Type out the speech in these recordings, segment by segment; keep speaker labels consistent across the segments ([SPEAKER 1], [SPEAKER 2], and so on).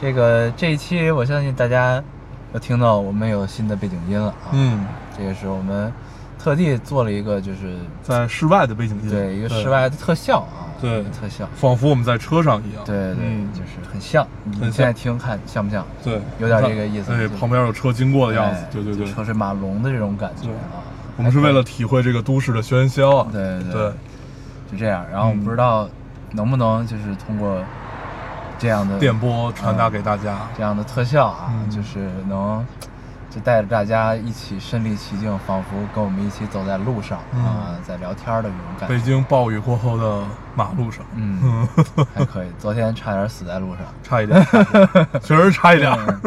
[SPEAKER 1] 这个这一期我相信大家又听到我们有新的背景音了啊。，
[SPEAKER 2] 嗯，
[SPEAKER 1] 这也是我们特地做了一个，就是
[SPEAKER 2] 在室外的背景音，
[SPEAKER 1] 对一个室，外的特效啊，
[SPEAKER 2] 嗯对
[SPEAKER 1] 一个特效，
[SPEAKER 2] 仿佛我们在车上一样。
[SPEAKER 1] 对对，
[SPEAKER 2] 嗯
[SPEAKER 1] 就是很像。你
[SPEAKER 2] 很像
[SPEAKER 1] 现在听看像不像？
[SPEAKER 2] 对，
[SPEAKER 1] 有点这个意思
[SPEAKER 2] 哎，
[SPEAKER 1] 就是
[SPEAKER 2] 旁边有车经过的样子
[SPEAKER 1] 哎。
[SPEAKER 2] 对对对，
[SPEAKER 1] 车水马龙的这种感觉
[SPEAKER 2] 对
[SPEAKER 1] 啊。
[SPEAKER 2] 我们是为了体会这个都市的喧嚣啊。
[SPEAKER 1] 哎对对
[SPEAKER 2] 对，
[SPEAKER 1] 就这样，然后我
[SPEAKER 2] 嗯
[SPEAKER 1] 们不知道能不能就是通过这样的
[SPEAKER 2] 电波传达给大家。
[SPEAKER 1] 这样的特效啊，
[SPEAKER 2] 嗯
[SPEAKER 1] 就是能就带着大家一起身临其境，仿佛跟我们一起走在路上啊、
[SPEAKER 2] 嗯
[SPEAKER 1] 在聊天儿的那种感
[SPEAKER 2] 北
[SPEAKER 1] 觉。
[SPEAKER 2] 京暴雨过后的马路上，
[SPEAKER 1] 嗯，还可以。昨天差点死在路上。
[SPEAKER 2] 差一 点，确实差一点。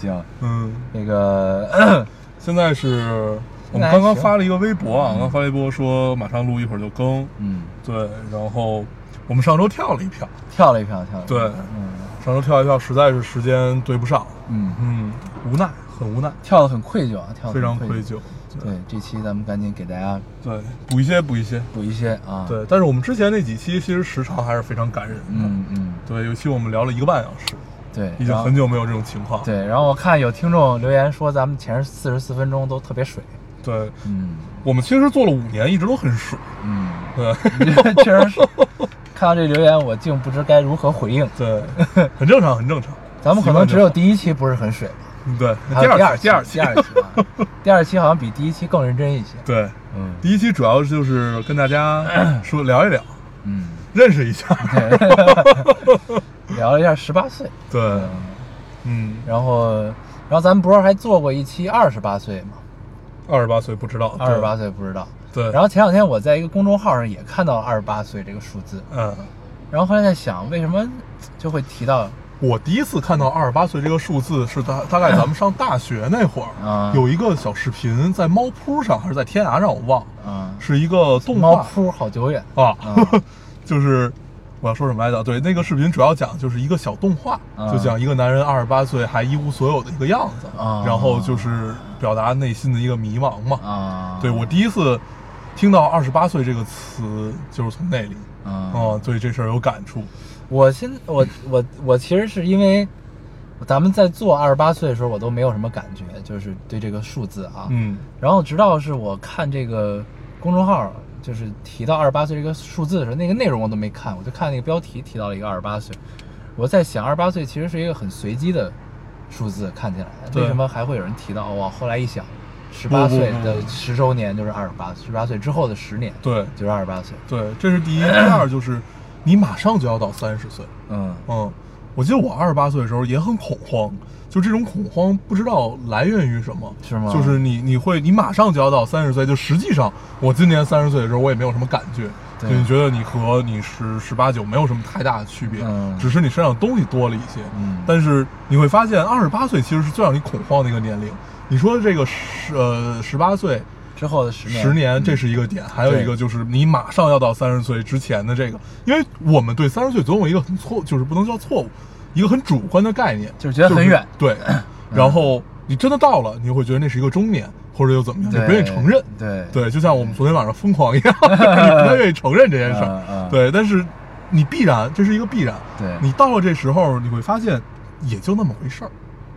[SPEAKER 1] 行，
[SPEAKER 2] 嗯，
[SPEAKER 1] 那个
[SPEAKER 2] 现在是我
[SPEAKER 1] 现在
[SPEAKER 2] 们
[SPEAKER 1] 还
[SPEAKER 2] 刚刚
[SPEAKER 1] 行
[SPEAKER 2] 发了一个微博啊，刚刚发微博说马上录一会儿就更。
[SPEAKER 1] 嗯，
[SPEAKER 2] 对，然后我们上周跳了一票，
[SPEAKER 1] 跳了一票，跳了一票。
[SPEAKER 2] 对
[SPEAKER 1] 嗯
[SPEAKER 2] 上周跳一票实在是时间对不上，
[SPEAKER 1] 嗯，
[SPEAKER 2] 嗯，无奈，很无奈，
[SPEAKER 1] 跳的很愧疚啊，跳得
[SPEAKER 2] 非常
[SPEAKER 1] 很
[SPEAKER 2] 愧
[SPEAKER 1] 愧疚。
[SPEAKER 2] 疚。
[SPEAKER 1] 对，这期咱们赶紧给大家
[SPEAKER 2] 对，补一些，补一些。
[SPEAKER 1] 补一些啊。，
[SPEAKER 2] 对，但是我们之前那几期其实时长还是非常感人的。
[SPEAKER 1] 嗯嗯，
[SPEAKER 2] 对，有期我们聊了一个半小时，
[SPEAKER 1] 对，
[SPEAKER 2] 已经
[SPEAKER 1] 然后
[SPEAKER 2] 很久没有这种情况。
[SPEAKER 1] 对，然后我看有听众留言说咱们前四十四分钟都特别水，
[SPEAKER 2] 对，
[SPEAKER 1] 嗯
[SPEAKER 2] 我们其实做了五年，一直都很水。
[SPEAKER 1] 嗯，
[SPEAKER 2] 对，
[SPEAKER 1] 确实是。看到这留言，我竟不知该如何回应。
[SPEAKER 2] 对，很正常，很正常。
[SPEAKER 1] 咱们可能只有
[SPEAKER 2] 习
[SPEAKER 1] 第一期不是很水，
[SPEAKER 2] 惯就好对
[SPEAKER 1] 还有
[SPEAKER 2] 二
[SPEAKER 1] 第
[SPEAKER 2] 第
[SPEAKER 1] 二
[SPEAKER 2] 期
[SPEAKER 1] 第二期啊， 第二期好像比第一期更认真一些。
[SPEAKER 2] 对，
[SPEAKER 1] 嗯
[SPEAKER 2] 第一期主要就是跟大家说聊一聊，
[SPEAKER 1] 嗯，
[SPEAKER 2] 认识一 下。
[SPEAKER 1] 聊了一下十八岁，
[SPEAKER 2] 对，嗯，
[SPEAKER 1] 然后然后咱们不是还做过一期二十八岁吗？
[SPEAKER 2] 二十八岁不知道，对
[SPEAKER 1] 二十八，岁不知道。
[SPEAKER 2] 对，
[SPEAKER 1] 然后前两天我在一个公众号上也看到二十八岁这个数字，
[SPEAKER 2] 嗯。
[SPEAKER 1] 然后后来在想为什么就会提到
[SPEAKER 2] 我第一次看到二十八岁这个数字是大大概咱们上大学那会儿，
[SPEAKER 1] 啊
[SPEAKER 2] 有一个小视频在猫扑上还是在天涯上，我忘了，
[SPEAKER 1] 啊、
[SPEAKER 2] 是一个动
[SPEAKER 1] 猫
[SPEAKER 2] 画
[SPEAKER 1] 扑好久远
[SPEAKER 2] 啊，
[SPEAKER 1] 啊
[SPEAKER 2] 就是我要说什么来着？对，那个视频主要讲就是一个小动画，
[SPEAKER 1] 啊
[SPEAKER 2] 就讲一个男人二十八岁还一无所有的一个样子，
[SPEAKER 1] 啊
[SPEAKER 2] 然后就是表达内心的一个迷茫嘛。
[SPEAKER 1] 啊，
[SPEAKER 2] 对我第一次听到二十八岁这个词就是从那里，
[SPEAKER 1] 啊
[SPEAKER 2] 啊，对这事儿有感触，
[SPEAKER 1] 我现我我我其实是因为咱们在做二十八岁的时候，我都没有什么感觉，就是对这个数字啊。。
[SPEAKER 2] 嗯
[SPEAKER 1] 然后直到是我看这个公众号，就是提到二十八岁这个数字的时候，那个内容我都没看，我就看那个标题提到了一个二十八岁。我在想，二十八岁其实是一个很随机的数字，看起来
[SPEAKER 2] 对
[SPEAKER 1] 为什么还会有人提到？我后来一想，十
[SPEAKER 2] 不
[SPEAKER 1] 八
[SPEAKER 2] 不
[SPEAKER 1] 岁
[SPEAKER 2] 不
[SPEAKER 1] 的十周年就是二十八，十八岁之后的十年
[SPEAKER 2] 对。
[SPEAKER 1] 就是二十八岁。
[SPEAKER 2] 对，这是第一。第二就是，你马上就要到三十岁。
[SPEAKER 1] 嗯
[SPEAKER 2] 嗯，我记得我二十八岁的时候也很恐慌，就这种恐慌不知道来源于什么，
[SPEAKER 1] 是吗
[SPEAKER 2] 就是你你会你马上就要到三十岁，就实际上我今年三十岁的时候我也没有什么感觉，
[SPEAKER 1] 对
[SPEAKER 2] 就你觉得你和你十十八九没有什么太大的区别，
[SPEAKER 1] 嗯
[SPEAKER 2] 只是你身上东西多了一些。
[SPEAKER 1] 嗯
[SPEAKER 2] 但是你会发现二十八岁其实是最让你恐慌的一个年龄。你说这个十呃十八岁。
[SPEAKER 1] 之后的十年，
[SPEAKER 2] 十年，这是一个点，还有一个就是你马上要到三十岁之前的这个，因为我们对三十岁总有一个很错，就是不能叫错误，一个很主观的概念，
[SPEAKER 1] 就是觉得很远
[SPEAKER 2] 对， 然后你真的到了，你会觉得那是一个中年，或者又怎么样，你
[SPEAKER 1] 对
[SPEAKER 2] 不愿意承认。
[SPEAKER 1] 对
[SPEAKER 2] 对，就像我们昨天晚上疯狂一样， 你不太愿意承认这件事
[SPEAKER 1] 嗯嗯
[SPEAKER 2] 儿。对，但是你必然，这是一个必然。
[SPEAKER 1] 对
[SPEAKER 2] 你到了这时候，你会发现也就那么回事儿。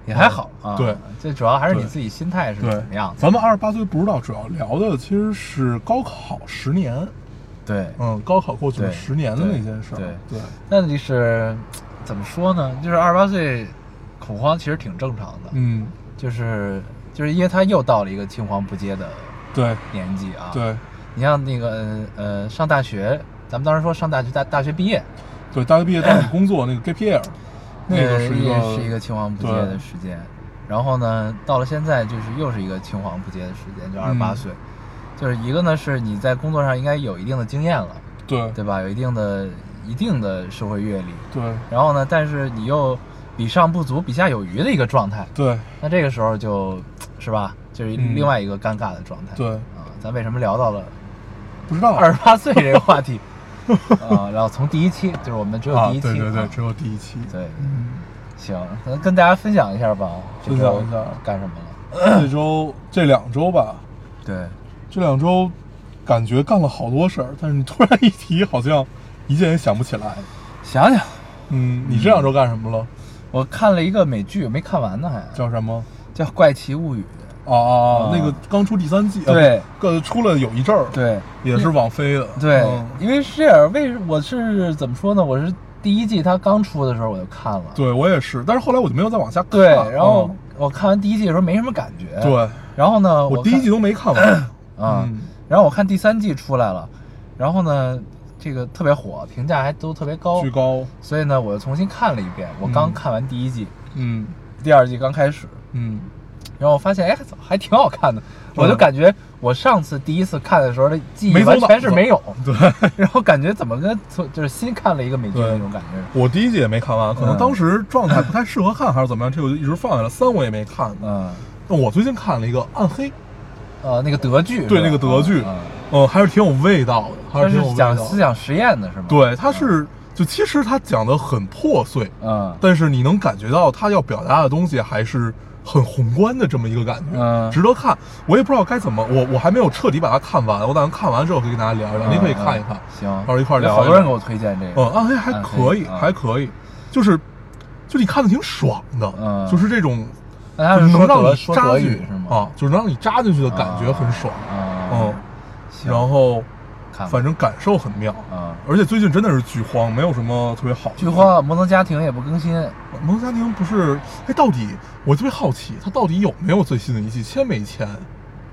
[SPEAKER 1] 也还好啊。
[SPEAKER 2] 对，
[SPEAKER 1] 最主要还是你
[SPEAKER 2] 对
[SPEAKER 1] 自己心态是
[SPEAKER 2] 对
[SPEAKER 1] 怎么样，的。
[SPEAKER 2] 咱们二十八岁不知道，主要聊的其实是高考十年。
[SPEAKER 1] 对，
[SPEAKER 2] 嗯，高考过去了
[SPEAKER 1] 对
[SPEAKER 2] 十年的那件事儿，
[SPEAKER 1] 对
[SPEAKER 2] 对
[SPEAKER 1] 那就是怎么说呢？就是二十八岁恐慌其实挺正常的，
[SPEAKER 2] 嗯，
[SPEAKER 1] 就是就是因为他又到了一个青黄不接的
[SPEAKER 2] 对
[SPEAKER 1] 年纪啊。，
[SPEAKER 2] 对
[SPEAKER 1] 你像那个呃呃上大学，咱们当时说上大学大大学毕业，
[SPEAKER 2] 对，大学毕业到你工作那个 gap year，那个是一
[SPEAKER 1] 呃也
[SPEAKER 2] 个
[SPEAKER 1] 是一个青黄不接
[SPEAKER 2] 对
[SPEAKER 1] 的时间。然后呢，到了现在就是又是一个青黄不接的时间，就二十八
[SPEAKER 2] 嗯
[SPEAKER 1] 岁。就是一个呢，是你在工作上应该有一定的经验了，
[SPEAKER 2] 对
[SPEAKER 1] 对吧？有一定的一定的社会阅历，
[SPEAKER 2] 对
[SPEAKER 1] 然后呢，但是你又比上不足，比下有余的一个状态。
[SPEAKER 2] 对
[SPEAKER 1] 那这个时候就是吧，就是
[SPEAKER 2] 嗯
[SPEAKER 1] 另外一个尴尬的状态。
[SPEAKER 2] 对，
[SPEAKER 1] 啊，咱为什么聊到了
[SPEAKER 2] 不知道
[SPEAKER 1] 二十八岁这个话 题？啊，然后从第一期就是我们只有
[SPEAKER 2] 啊，
[SPEAKER 1] 第一期，
[SPEAKER 2] 对对对，
[SPEAKER 1] 啊
[SPEAKER 2] 只有第一期。
[SPEAKER 1] 对
[SPEAKER 2] 嗯，
[SPEAKER 1] 行，那跟大家分享一下吧，这
[SPEAKER 2] 分
[SPEAKER 1] 周
[SPEAKER 2] 享一下
[SPEAKER 1] 干什么了？
[SPEAKER 2] 这周这两周吧，
[SPEAKER 1] 对，
[SPEAKER 2] 这两周感觉干了好多事儿，但是你突然一提，好像一件也想不起来。
[SPEAKER 1] 想想，
[SPEAKER 2] 嗯，你这两周干什么了？
[SPEAKER 1] 我看了一个美剧，没看完呢，还
[SPEAKER 2] 叫什么？
[SPEAKER 1] 叫《怪奇物语
[SPEAKER 2] 哦哦
[SPEAKER 1] 啊
[SPEAKER 2] 哦，那个刚出第三季，啊
[SPEAKER 1] 对，
[SPEAKER 2] 呃，出了有一阵儿》。，
[SPEAKER 1] 对，
[SPEAKER 2] 也是网飞的。
[SPEAKER 1] 对，
[SPEAKER 2] 嗯
[SPEAKER 1] 因为是这样，为什我是怎么说呢？我是第一季它刚出的时候我就哦看了，
[SPEAKER 2] 对我也是，但是后来我就没有再往下看。
[SPEAKER 1] 对，然后
[SPEAKER 2] 嗯
[SPEAKER 1] 我看完第一季的时候没什么感觉，，
[SPEAKER 2] 对
[SPEAKER 1] 然后呢，
[SPEAKER 2] 我
[SPEAKER 1] 看
[SPEAKER 2] 第一季都没看完。
[SPEAKER 1] 啊、
[SPEAKER 2] 嗯
[SPEAKER 1] 然后我看第三季出来了，然后呢，这个特别火，评价还都特别高
[SPEAKER 2] 巨，高。
[SPEAKER 1] 所以呢，我又重新看了一遍，我刚
[SPEAKER 2] 嗯
[SPEAKER 1] 看完第一季，
[SPEAKER 2] 嗯
[SPEAKER 1] 第二季刚开始，
[SPEAKER 2] 嗯，
[SPEAKER 1] 然后我发现，哎，怎么还挺好看的。
[SPEAKER 2] 吧
[SPEAKER 1] 我就感觉我上次第一次看的时候的记忆
[SPEAKER 2] 没走
[SPEAKER 1] 完全
[SPEAKER 2] 脑
[SPEAKER 1] 是
[SPEAKER 2] 子
[SPEAKER 1] 没有，
[SPEAKER 2] 对。
[SPEAKER 1] 然后感觉怎么跟从就是新看了一个美剧的
[SPEAKER 2] 对
[SPEAKER 1] 那种感觉。
[SPEAKER 2] 我第一季也没看完，可能
[SPEAKER 1] 嗯
[SPEAKER 2] 当时状态不太适合看，还是怎么样，这我就一直放下了。三我也没看。
[SPEAKER 1] 嗯，
[SPEAKER 2] 那我最近看了一个《暗黑》，
[SPEAKER 1] 呃，那个德剧是吧，
[SPEAKER 2] 对那个德剧
[SPEAKER 1] 嗯嗯
[SPEAKER 2] 嗯，还是挺有味道的，还
[SPEAKER 1] 它
[SPEAKER 2] 是挺有
[SPEAKER 1] 是
[SPEAKER 2] 味
[SPEAKER 1] 讲
[SPEAKER 2] 道
[SPEAKER 1] 思
[SPEAKER 2] 的。
[SPEAKER 1] 想实验的是吗？
[SPEAKER 2] 对，它是就其实它讲的很破碎，
[SPEAKER 1] 嗯，
[SPEAKER 2] 但是你能感觉到它要表达的东西还是很宏观的这么一个感觉，
[SPEAKER 1] 嗯
[SPEAKER 2] 值得看。我也不知道该怎么，我我还没有彻底把它看完，我打算看完之后可以跟大家聊一聊，您可以看一看。
[SPEAKER 1] 嗯行，
[SPEAKER 2] 到时候一块儿
[SPEAKER 1] 有
[SPEAKER 2] 聊
[SPEAKER 1] 好
[SPEAKER 2] 一
[SPEAKER 1] 多人给
[SPEAKER 2] 聊
[SPEAKER 1] 我推荐这个，
[SPEAKER 2] 嗯，暗黑还可以，
[SPEAKER 1] 啊
[SPEAKER 2] 还可以，就是就你看的挺爽的，
[SPEAKER 1] 嗯
[SPEAKER 2] 就是这种
[SPEAKER 1] 那他是
[SPEAKER 2] 能
[SPEAKER 1] 说
[SPEAKER 2] 让
[SPEAKER 1] 德
[SPEAKER 2] 你
[SPEAKER 1] 说
[SPEAKER 2] 扎
[SPEAKER 1] 德
[SPEAKER 2] 进
[SPEAKER 1] 语
[SPEAKER 2] 去
[SPEAKER 1] 是吗？
[SPEAKER 2] 啊，就是能让你扎进去的感觉很爽。
[SPEAKER 1] 啊，
[SPEAKER 2] 嗯
[SPEAKER 1] 啊，行
[SPEAKER 2] 然后
[SPEAKER 1] 看
[SPEAKER 2] 反正感受很妙，
[SPEAKER 1] 啊，
[SPEAKER 2] 而且最近真的是剧荒，没有什么特别好。
[SPEAKER 1] 剧荒，摩登家庭也不更新，
[SPEAKER 2] 《摩登家庭》不是？哎，到底我特别好奇，它到底有没有最新的一季？签没签？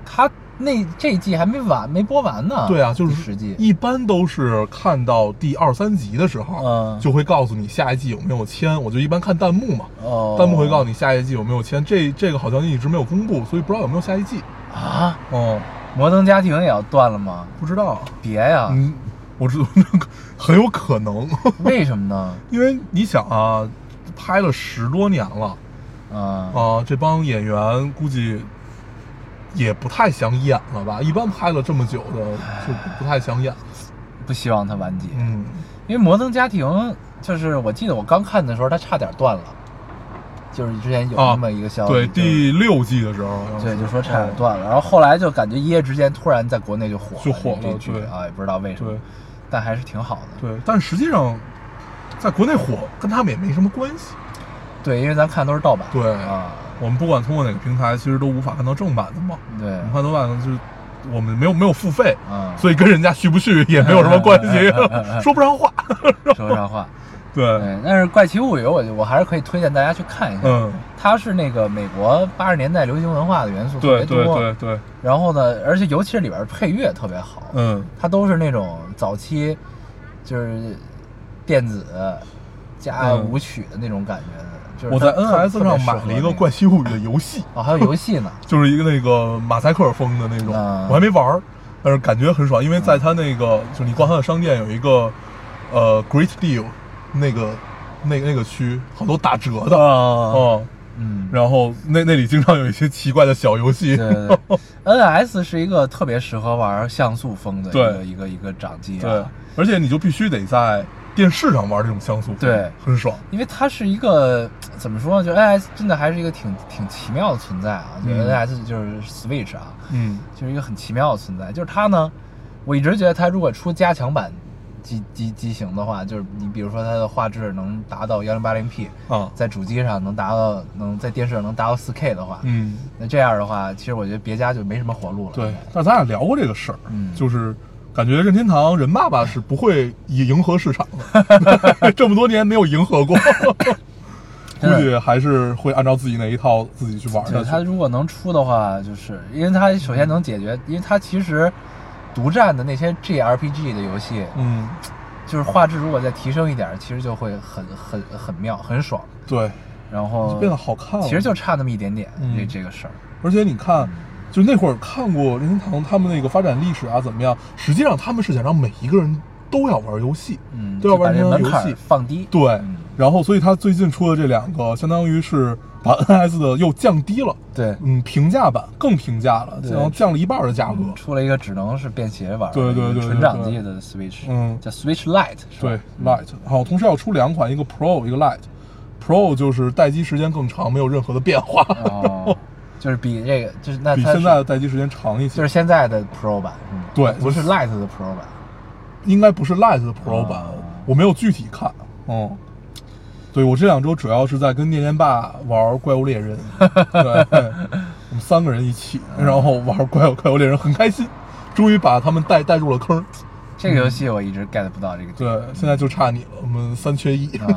[SPEAKER 1] 他那这季还没完，没播完呢。
[SPEAKER 2] 对啊，就是
[SPEAKER 1] 第十季，
[SPEAKER 2] 一般都是看到第二三集的时候，
[SPEAKER 1] 嗯，
[SPEAKER 2] 就会告诉你下一季有没有签。我就一般看弹幕嘛，
[SPEAKER 1] 哦，
[SPEAKER 2] 弹幕会告诉你下一季有没有签。这这个好像一直没有公布，所以不知道有没有下一季。
[SPEAKER 1] 啊，
[SPEAKER 2] 哦，
[SPEAKER 1] 摩登家庭也要断了吗？
[SPEAKER 2] 不知道。
[SPEAKER 1] 别呀，
[SPEAKER 2] 嗯， 我知道很有可能，
[SPEAKER 1] 为什么呢？
[SPEAKER 2] 因为你想啊，拍了十多年了
[SPEAKER 1] 啊
[SPEAKER 2] 啊，这帮演员估计也不太想演了吧？一般拍了这么久的就不太想演。
[SPEAKER 1] 不希望它完结，
[SPEAKER 2] 嗯，
[SPEAKER 1] 因为摩登家庭就是我记得我刚看的时候，它差点断了，就是之前有
[SPEAKER 2] 啊
[SPEAKER 1] 那么一个消息，
[SPEAKER 2] 对，
[SPEAKER 1] 就是
[SPEAKER 2] 第六季的时候好像是，
[SPEAKER 1] 对，就说差点断了，然后后来就感觉一夜之间突然在国内就火了，
[SPEAKER 2] 就火了
[SPEAKER 1] 这剧
[SPEAKER 2] 对
[SPEAKER 1] 啊，也不知道为什么
[SPEAKER 2] 对，
[SPEAKER 1] 但还是挺好的。
[SPEAKER 2] 对，但实际上。在国内火跟他们也没什么关系，
[SPEAKER 1] 对，因为咱看都是盗版，
[SPEAKER 2] 对
[SPEAKER 1] 啊，
[SPEAKER 2] 我们不管通过哪个平台，其实都无法看到正版的嘛。
[SPEAKER 1] 对
[SPEAKER 2] 我们，看到版的就是我们没有没有付费，
[SPEAKER 1] 啊，
[SPEAKER 2] 所以跟人家续不续也没有什么关 系，说不上话。
[SPEAKER 1] 说上话，
[SPEAKER 2] 对，
[SPEAKER 1] 对，但是《怪奇物语》我我还是可以推荐大家去看一下，
[SPEAKER 2] 嗯，
[SPEAKER 1] 它是那个美国八十年代流行文化的元素特别
[SPEAKER 2] 对
[SPEAKER 1] 多，
[SPEAKER 2] 对对对，
[SPEAKER 1] 然后呢，而且尤其是里边儿配乐特别好，
[SPEAKER 2] 嗯，
[SPEAKER 1] 它都是那种早期就是电子加
[SPEAKER 2] 嗯
[SPEAKER 1] 舞曲的那种感觉的，就是
[SPEAKER 2] 我在
[SPEAKER 1] 它特
[SPEAKER 2] NS 上买了一个《怪
[SPEAKER 1] 特别适合
[SPEAKER 2] 奇物语》的游戏，
[SPEAKER 1] 那个哦，还有游戏呢，
[SPEAKER 2] 就是一个那个马赛克风的那种，
[SPEAKER 1] 啊
[SPEAKER 2] 我还没玩儿，但是感觉很爽，因为在它那个就你逛它的商店有一个呃 Great Deal 那个那那个区，好多打折的
[SPEAKER 1] 啊，
[SPEAKER 2] 哦，
[SPEAKER 1] 嗯，
[SPEAKER 2] 然后那那里经常有一些奇怪的小游戏，
[SPEAKER 1] 对对对，NS 是一个特别适合玩像素风的一个
[SPEAKER 2] 对
[SPEAKER 1] 一个一个掌机、啊，
[SPEAKER 2] 对，而且你就必须得在电视上玩这种像素，
[SPEAKER 1] 对，
[SPEAKER 2] 很爽。
[SPEAKER 1] 因为它是一个怎么说呢，就 NS 真的还是一个挺挺奇妙的存在啊，就
[SPEAKER 2] 嗯
[SPEAKER 1] NS 就是 Switch 啊，
[SPEAKER 2] 嗯
[SPEAKER 1] 就是一个很奇妙的存在。就是它呢，我一直觉得它如果出加强版机机机型的话，就是你比如说它的画质能达到幺零八零 P，
[SPEAKER 2] 啊，
[SPEAKER 1] 在主机上能达到能在电视上能达到四 K 的话，
[SPEAKER 2] 嗯，
[SPEAKER 1] 那这样的话，其实我觉得别家就没什么活路了。
[SPEAKER 2] 对。但是咱俩聊过这个事儿，
[SPEAKER 1] 嗯
[SPEAKER 2] 就是感觉任天堂任爸爸是不会以迎合市场 的，这么多年没有迎合过，估计还是会按照自啊己那一套自己去玩
[SPEAKER 1] 对它
[SPEAKER 2] 下去。
[SPEAKER 1] 如果能出的话，就是因为它首先能解决，因为它其实独占的那些 GRPG 的游戏，
[SPEAKER 2] 嗯，
[SPEAKER 1] 就是画质如果再提升一点，其实就会很很很妙，很爽。
[SPEAKER 2] 对，
[SPEAKER 1] 然后
[SPEAKER 2] 就变得好看了。
[SPEAKER 1] 其实就差那么一点点，
[SPEAKER 2] 嗯
[SPEAKER 1] 这这个事儿。
[SPEAKER 2] 而且你
[SPEAKER 1] 嗯
[SPEAKER 2] 看，就那会儿看过任天堂他们那个发展历史啊，怎么样？实际上他们是想让每一个人都要玩游戏，
[SPEAKER 1] 嗯，
[SPEAKER 2] 都要
[SPEAKER 1] 就把
[SPEAKER 2] 玩
[SPEAKER 1] 这
[SPEAKER 2] 这
[SPEAKER 1] 门
[SPEAKER 2] 游
[SPEAKER 1] 槛
[SPEAKER 2] 戏
[SPEAKER 1] 儿。放低。
[SPEAKER 2] 对
[SPEAKER 1] 嗯，
[SPEAKER 2] 然后，所以他最近出的这两个，相当于是把 NS 的又降低了，
[SPEAKER 1] 对，
[SPEAKER 2] 嗯，平价版更平价了，
[SPEAKER 1] 对嗯
[SPEAKER 2] 降降了一半的价格。
[SPEAKER 1] 出了一个只能是便携玩儿的，
[SPEAKER 2] 嗯对对对
[SPEAKER 1] 一个
[SPEAKER 2] 对
[SPEAKER 1] 纯
[SPEAKER 2] 对
[SPEAKER 1] 掌
[SPEAKER 2] 对
[SPEAKER 1] 机的 Switch，
[SPEAKER 2] 嗯
[SPEAKER 1] 叫 Switch Lite，是吧
[SPEAKER 2] 对，Lite，好，同时要出两款，一个 Pro，一个 Lite。Pro 就是待机时间更长，没有任何的变化，
[SPEAKER 1] 哦，就是比这个就是那
[SPEAKER 2] 比
[SPEAKER 1] 它
[SPEAKER 2] 现在的待机时间长一
[SPEAKER 1] 就
[SPEAKER 2] 些。
[SPEAKER 1] 是现在的 Pro 版，嗯
[SPEAKER 2] 对
[SPEAKER 1] 不是 Lite 的 Pro 版，
[SPEAKER 2] 应该不是 Lite 的 Pro 版
[SPEAKER 1] 哦，
[SPEAKER 2] 我没有具体看。嗯，对我这两周主要是在跟念念爸玩怪物猎人，对，我们三个人一起，然后玩怪物怪物猎人很开心，终于把他们带带入了坑。
[SPEAKER 1] 这个游戏我一直 get 不到这个点。
[SPEAKER 2] 对， 现在就差你了，我们三缺一。
[SPEAKER 1] 啊，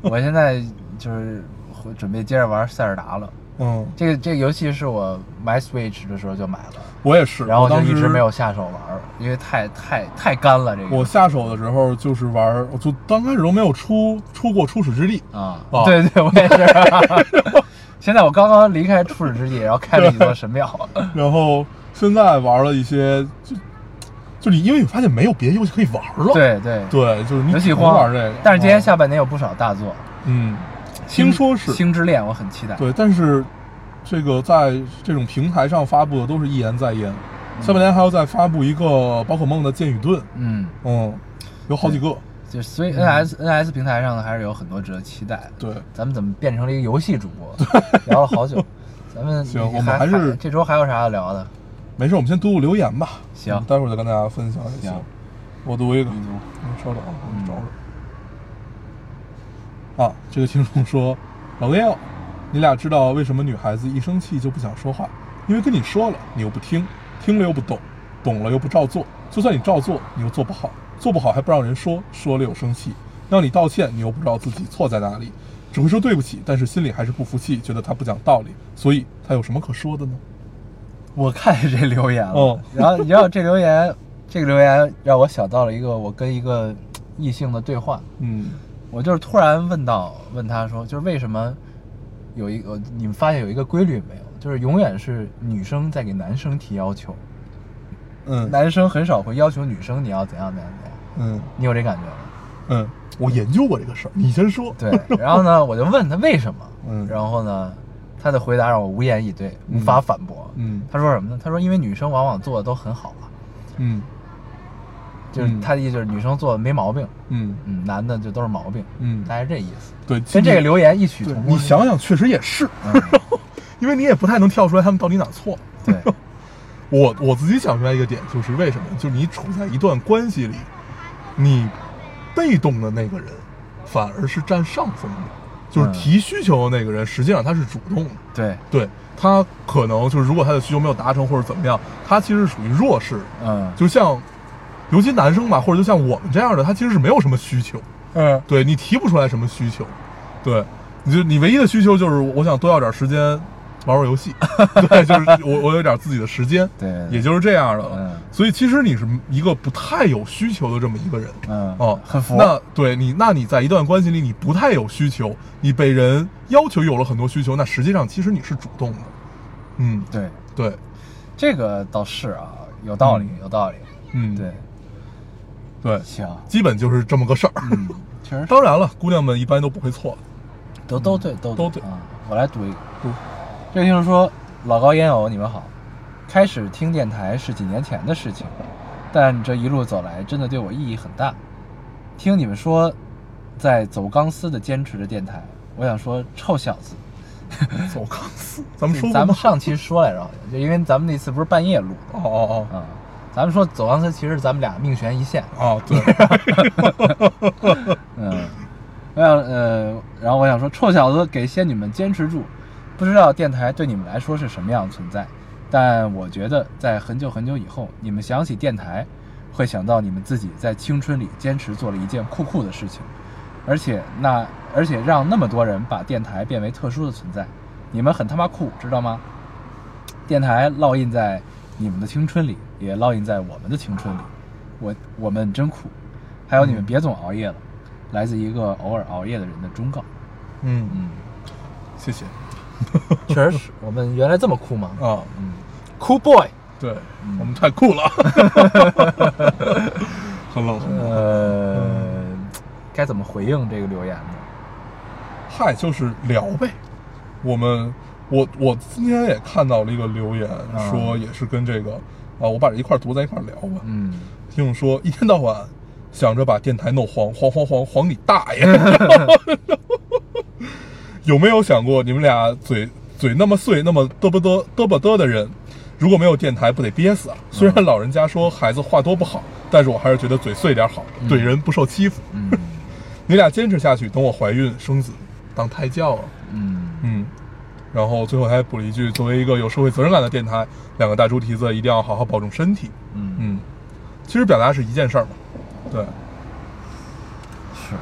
[SPEAKER 1] 我现在就是会准备接着玩塞尔达了。
[SPEAKER 2] 嗯，
[SPEAKER 1] 这个这个游戏是我买 Switch 的时候就买了，
[SPEAKER 2] 我也是，
[SPEAKER 1] 然后
[SPEAKER 2] 我
[SPEAKER 1] 就
[SPEAKER 2] 当
[SPEAKER 1] 一
[SPEAKER 2] 时
[SPEAKER 1] 直没有。下手玩儿，因为太太太干了这个。
[SPEAKER 2] 我下手的时候就是玩，我就刚开始都没有出出过初始之地，
[SPEAKER 1] 啊，
[SPEAKER 2] 哦
[SPEAKER 1] 对对，我也是。 现在我刚刚离开初始之地，然后开了一座神 庙。
[SPEAKER 2] 然后现在玩了一些，就就你因为你发现没有别的游戏可以玩了，
[SPEAKER 1] 对对，
[SPEAKER 2] 对，就是你
[SPEAKER 1] 游戏
[SPEAKER 2] 只能
[SPEAKER 1] 荒
[SPEAKER 2] 玩这个。
[SPEAKER 1] 但是今年
[SPEAKER 2] 嗯
[SPEAKER 1] 下半年有不少大作，
[SPEAKER 2] 嗯，听说是
[SPEAKER 1] 星之恋》，我很期待。
[SPEAKER 2] 对，但是这个在这种平台上发布的都是一言再言，下半年还要再发布一个宝可梦的剑与盾，
[SPEAKER 1] 嗯，
[SPEAKER 2] 嗯，有好几个，
[SPEAKER 1] 就所以
[SPEAKER 2] 嗯
[SPEAKER 1] NS、NS 平台上呢，还是有很多值得期待的。
[SPEAKER 2] 对，
[SPEAKER 1] 咱们怎么变成了一个游戏主 播？聊了好久。咱们
[SPEAKER 2] 行我们
[SPEAKER 1] 还
[SPEAKER 2] 还是
[SPEAKER 1] 这周还有啥要聊的？
[SPEAKER 2] 没事，我们先读读留言吧，
[SPEAKER 1] 行
[SPEAKER 2] 嗯待会儿再跟大家分享也行
[SPEAKER 1] 行。
[SPEAKER 2] 我读一个，嗯稍等啊，我找找。啊，这个听众说，老 Leo，你俩知道为什么女孩子一生气就不想说话？因为跟你说了，你又不听，听了又不懂，懂了又不照做，就算你照做，你又做不好，做不好还不让人说，说了又生气，让你道歉，你又不知道自己错在哪里，只会说对不起，但是心里还是不服气，觉得他不讲道理，所以他有什么可说的呢？
[SPEAKER 1] 我看见这留言了，
[SPEAKER 2] 哦
[SPEAKER 1] 然后你知道这留言，这个留言让我想到了一个我跟一个异性的对话，
[SPEAKER 2] 嗯
[SPEAKER 1] 我就是突然问到问他说，就是为什么有一个你们发现有一个规律没有？就是永远是女生在给男生提要求，
[SPEAKER 2] 嗯
[SPEAKER 1] 男生很少会要求女生你要怎样怎样怎样。
[SPEAKER 2] 嗯
[SPEAKER 1] 你有这感觉吗？
[SPEAKER 2] 嗯，我研究过这个事儿，你先说。
[SPEAKER 1] 对，然后呢，我就问他为什么，
[SPEAKER 2] 嗯
[SPEAKER 1] 然后呢，他的回答让我无言以对，无法反驳。
[SPEAKER 2] 嗯
[SPEAKER 1] 他说什么呢？他说因为女生往往做的都很好啊，
[SPEAKER 2] 嗯
[SPEAKER 1] 就是
[SPEAKER 2] 嗯
[SPEAKER 1] 他的意思就是女生做的没毛病，
[SPEAKER 2] 嗯
[SPEAKER 1] 嗯，男的就都是毛病，
[SPEAKER 2] 嗯，
[SPEAKER 1] 大概是这意思，
[SPEAKER 2] 对，
[SPEAKER 1] 跟这个留言异曲
[SPEAKER 2] 对
[SPEAKER 1] 同工。
[SPEAKER 2] 你想想，确实也是，
[SPEAKER 1] 嗯，
[SPEAKER 2] 因为你也不太能跳出来他们到底哪错。
[SPEAKER 1] 对，
[SPEAKER 2] 我我自己想出来一个点，就是为什么？就是你处在一段关系里，你被动的那个人反而是占上风的，就是
[SPEAKER 1] 嗯
[SPEAKER 2] 提需求的那个人，实际上他是主动的。
[SPEAKER 1] 对，
[SPEAKER 2] 对他可能就是，如果他的需求没有达成或者怎么样，他其实是属于弱势的。
[SPEAKER 1] 嗯，
[SPEAKER 2] 就像，尤其男生吧，或者就像我们这样的，他其实是没有什么需求。
[SPEAKER 1] 嗯，
[SPEAKER 2] 对你提不出来什么需求，对，你就你唯一的需求就是我想多要点时间玩玩游戏， 对，就是我我有点自己的时间，
[SPEAKER 1] 对对对
[SPEAKER 2] 也就是这样的了。
[SPEAKER 1] 嗯
[SPEAKER 2] 所以其实你是一个不太有需求的这么一个人，
[SPEAKER 1] 嗯
[SPEAKER 2] 哦，
[SPEAKER 1] 很服
[SPEAKER 2] 那对你，那你在一段关系里你不太有需求，你被人要求有了很多需求，那实际上其实你是主动的，嗯，
[SPEAKER 1] 对，
[SPEAKER 2] 对，
[SPEAKER 1] 这个倒是啊，有道理，
[SPEAKER 2] 嗯
[SPEAKER 1] 有道理，
[SPEAKER 2] 嗯，
[SPEAKER 1] 对，
[SPEAKER 2] 对，
[SPEAKER 1] 行，
[SPEAKER 2] 基本就是这么个事儿。
[SPEAKER 1] 嗯，确实是
[SPEAKER 2] 当然了，姑娘们一般都不会 错的。
[SPEAKER 1] 都都对，都
[SPEAKER 2] 嗯都
[SPEAKER 1] 对
[SPEAKER 2] 对
[SPEAKER 1] 啊！我来读一个，
[SPEAKER 2] 读
[SPEAKER 1] 这个听众说：“老高烟偶，你们好。开始听电台是几年前的事情，但这一路走来真的对我意义很大。听你们说，在走钢丝的坚持着电台，我想说，臭小子，
[SPEAKER 2] 走钢丝，咱们说过
[SPEAKER 1] 咱们
[SPEAKER 2] 吗
[SPEAKER 1] 上期说来着，好像就因为咱们那次不是半夜录
[SPEAKER 2] 哦哦哦
[SPEAKER 1] 的，啊，咱们说走钢丝其实咱们俩命悬一线，
[SPEAKER 2] 哦， 对，
[SPEAKER 1] 嗯，我想呃，然后我想说，臭小子，给仙女们坚持住！不知道电台对你们来说是什么样的存在，但我觉得在很久很久以后，你们想起电台，会想到你们自己在青春里坚持做了一件酷酷的事情，而且那而且让那么多人把电台变为特殊的存在，你们很他妈酷，知道吗？电台烙印在你们的青春里，也烙印在我们的青春里。我我们真酷，还有你们别总熬夜了。来自一个偶尔熬夜的人的忠告。
[SPEAKER 2] 嗯，
[SPEAKER 1] 嗯，
[SPEAKER 2] 谢谢
[SPEAKER 1] 确实是我们原来这么酷 吗？
[SPEAKER 2] 啊，
[SPEAKER 1] 嗯，Cool Boy。
[SPEAKER 2] 对我们太酷了， 很冷很冷。
[SPEAKER 1] 嗯呃，该怎么回应这个留言呢？
[SPEAKER 2] 嗨，就是聊呗。我们，我我今天也看到了一个留言，
[SPEAKER 1] 啊
[SPEAKER 2] 说也是跟这个啊，我把这一块儿读在一块儿聊吧。
[SPEAKER 1] 嗯，
[SPEAKER 2] 听众说一天到晚想着把电台弄黄，黄黄黄黄你大爷！有没有想过你们俩嘴嘴那么碎，那么嘚啵嘚嘚啵嘚的人，如果没有电台，不得憋死啊？虽然老人家说孩子话多不好，但是我还是觉得嘴碎点好，对人不受欺负。
[SPEAKER 1] 嗯，
[SPEAKER 2] 你俩坚持下去，等我怀孕生子，当胎教啊。
[SPEAKER 1] 嗯，
[SPEAKER 2] 嗯，然后最后还补了一句：作为一个有社会责任感的电台，两个大猪蹄子一定要好好保重身体。
[SPEAKER 1] 嗯，
[SPEAKER 2] 嗯，其实表达是一件事儿嘛。对，
[SPEAKER 1] 是，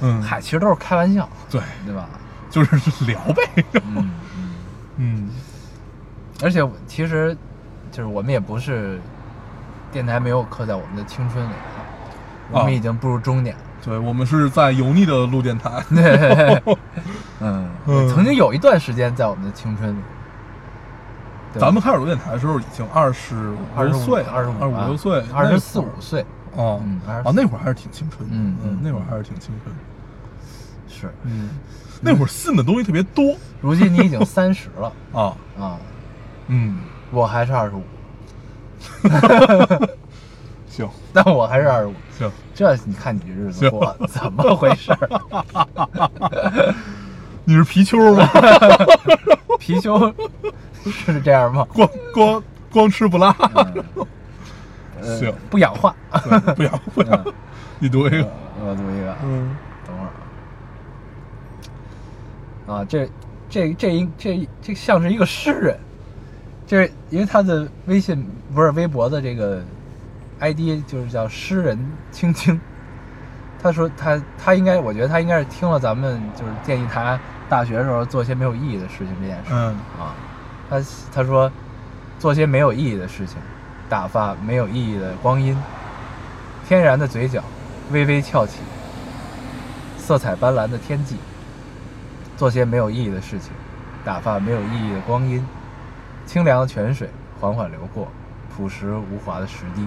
[SPEAKER 2] 嗯，
[SPEAKER 1] 嗨，其实都是开玩笑，
[SPEAKER 2] 对，
[SPEAKER 1] 对吧？
[SPEAKER 2] 就是聊 呗。
[SPEAKER 1] 嗯嗯，
[SPEAKER 2] 嗯
[SPEAKER 1] 而且我其实就是我们也不是电台没有刻在我们的青春里，我
[SPEAKER 2] 啊
[SPEAKER 1] 们已经步入中年了。
[SPEAKER 2] 对，我们是在油腻的录电台。
[SPEAKER 1] 对，嗯，
[SPEAKER 2] 嗯
[SPEAKER 1] 曾经有一段时间在我们的青春里，对吧
[SPEAKER 2] 咱们开始录电台的时候已经二十
[SPEAKER 1] 二十
[SPEAKER 2] 六岁，
[SPEAKER 1] 二十
[SPEAKER 2] 五
[SPEAKER 1] 五、啊
[SPEAKER 2] 二五六岁，
[SPEAKER 1] 二十四五岁，
[SPEAKER 2] 那会儿。哦
[SPEAKER 1] 嗯25
[SPEAKER 2] 啊，那会儿还是挺青春的。
[SPEAKER 1] 嗯
[SPEAKER 2] 嗯
[SPEAKER 1] 嗯，
[SPEAKER 2] 那会儿还是挺青春的。
[SPEAKER 1] 是。
[SPEAKER 2] 嗯，那会儿信的东西特别多
[SPEAKER 1] 如今你已经三十 了
[SPEAKER 2] 啊。
[SPEAKER 1] 啊，
[SPEAKER 2] 嗯，
[SPEAKER 1] 我还是二十五，
[SPEAKER 2] 行
[SPEAKER 1] 但我还是二十五。
[SPEAKER 2] 行，
[SPEAKER 1] 这你看你日子过得怎么回事儿？
[SPEAKER 2] 你是皮丘吗？
[SPEAKER 1] 貔貅 是这样吗？
[SPEAKER 2] 光光光吃不拉，
[SPEAKER 1] 呃
[SPEAKER 2] 行
[SPEAKER 1] 不氧化。
[SPEAKER 2] 对不要不要，
[SPEAKER 1] 嗯
[SPEAKER 2] 你读一个。
[SPEAKER 1] 我读一个啊，
[SPEAKER 2] 嗯
[SPEAKER 1] 等会儿啊。啊，这这这一这一这像是一个诗人，这因为他的微信不是微博的这个 ID 就是叫诗人青青。他说他他应该，我觉得他应该是听了咱们就是建议他大学的时候做些没有意义的事情这件事。
[SPEAKER 2] 嗯
[SPEAKER 1] 啊，他他说做些没有意义的事情，打发没有意义的光阴，天然的嘴角微微翘起，色彩斑斓的天际，做些没有意义的事情，打发没有意义的光阴，清凉的泉水缓缓流过，朴实无华的石堤，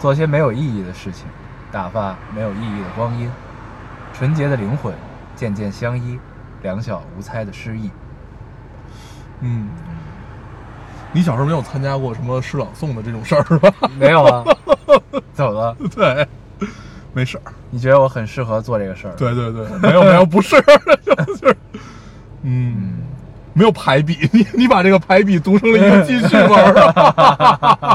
[SPEAKER 1] 做些没有意义的事情，打发没有意义的光阴，纯洁的灵魂渐渐相依，两小无猜的诗意。
[SPEAKER 2] 嗯，你小时候没有参加过什么诗朗诵的这种事儿是吧？
[SPEAKER 1] 没有啊， 怎么了？
[SPEAKER 2] 对，没事儿。
[SPEAKER 1] 你觉得我很适合做这个事儿？，
[SPEAKER 2] 对对对，没有没有，不是， 就是，嗯，没有排比，你你把这个排比读成了一个记叙文儿，啊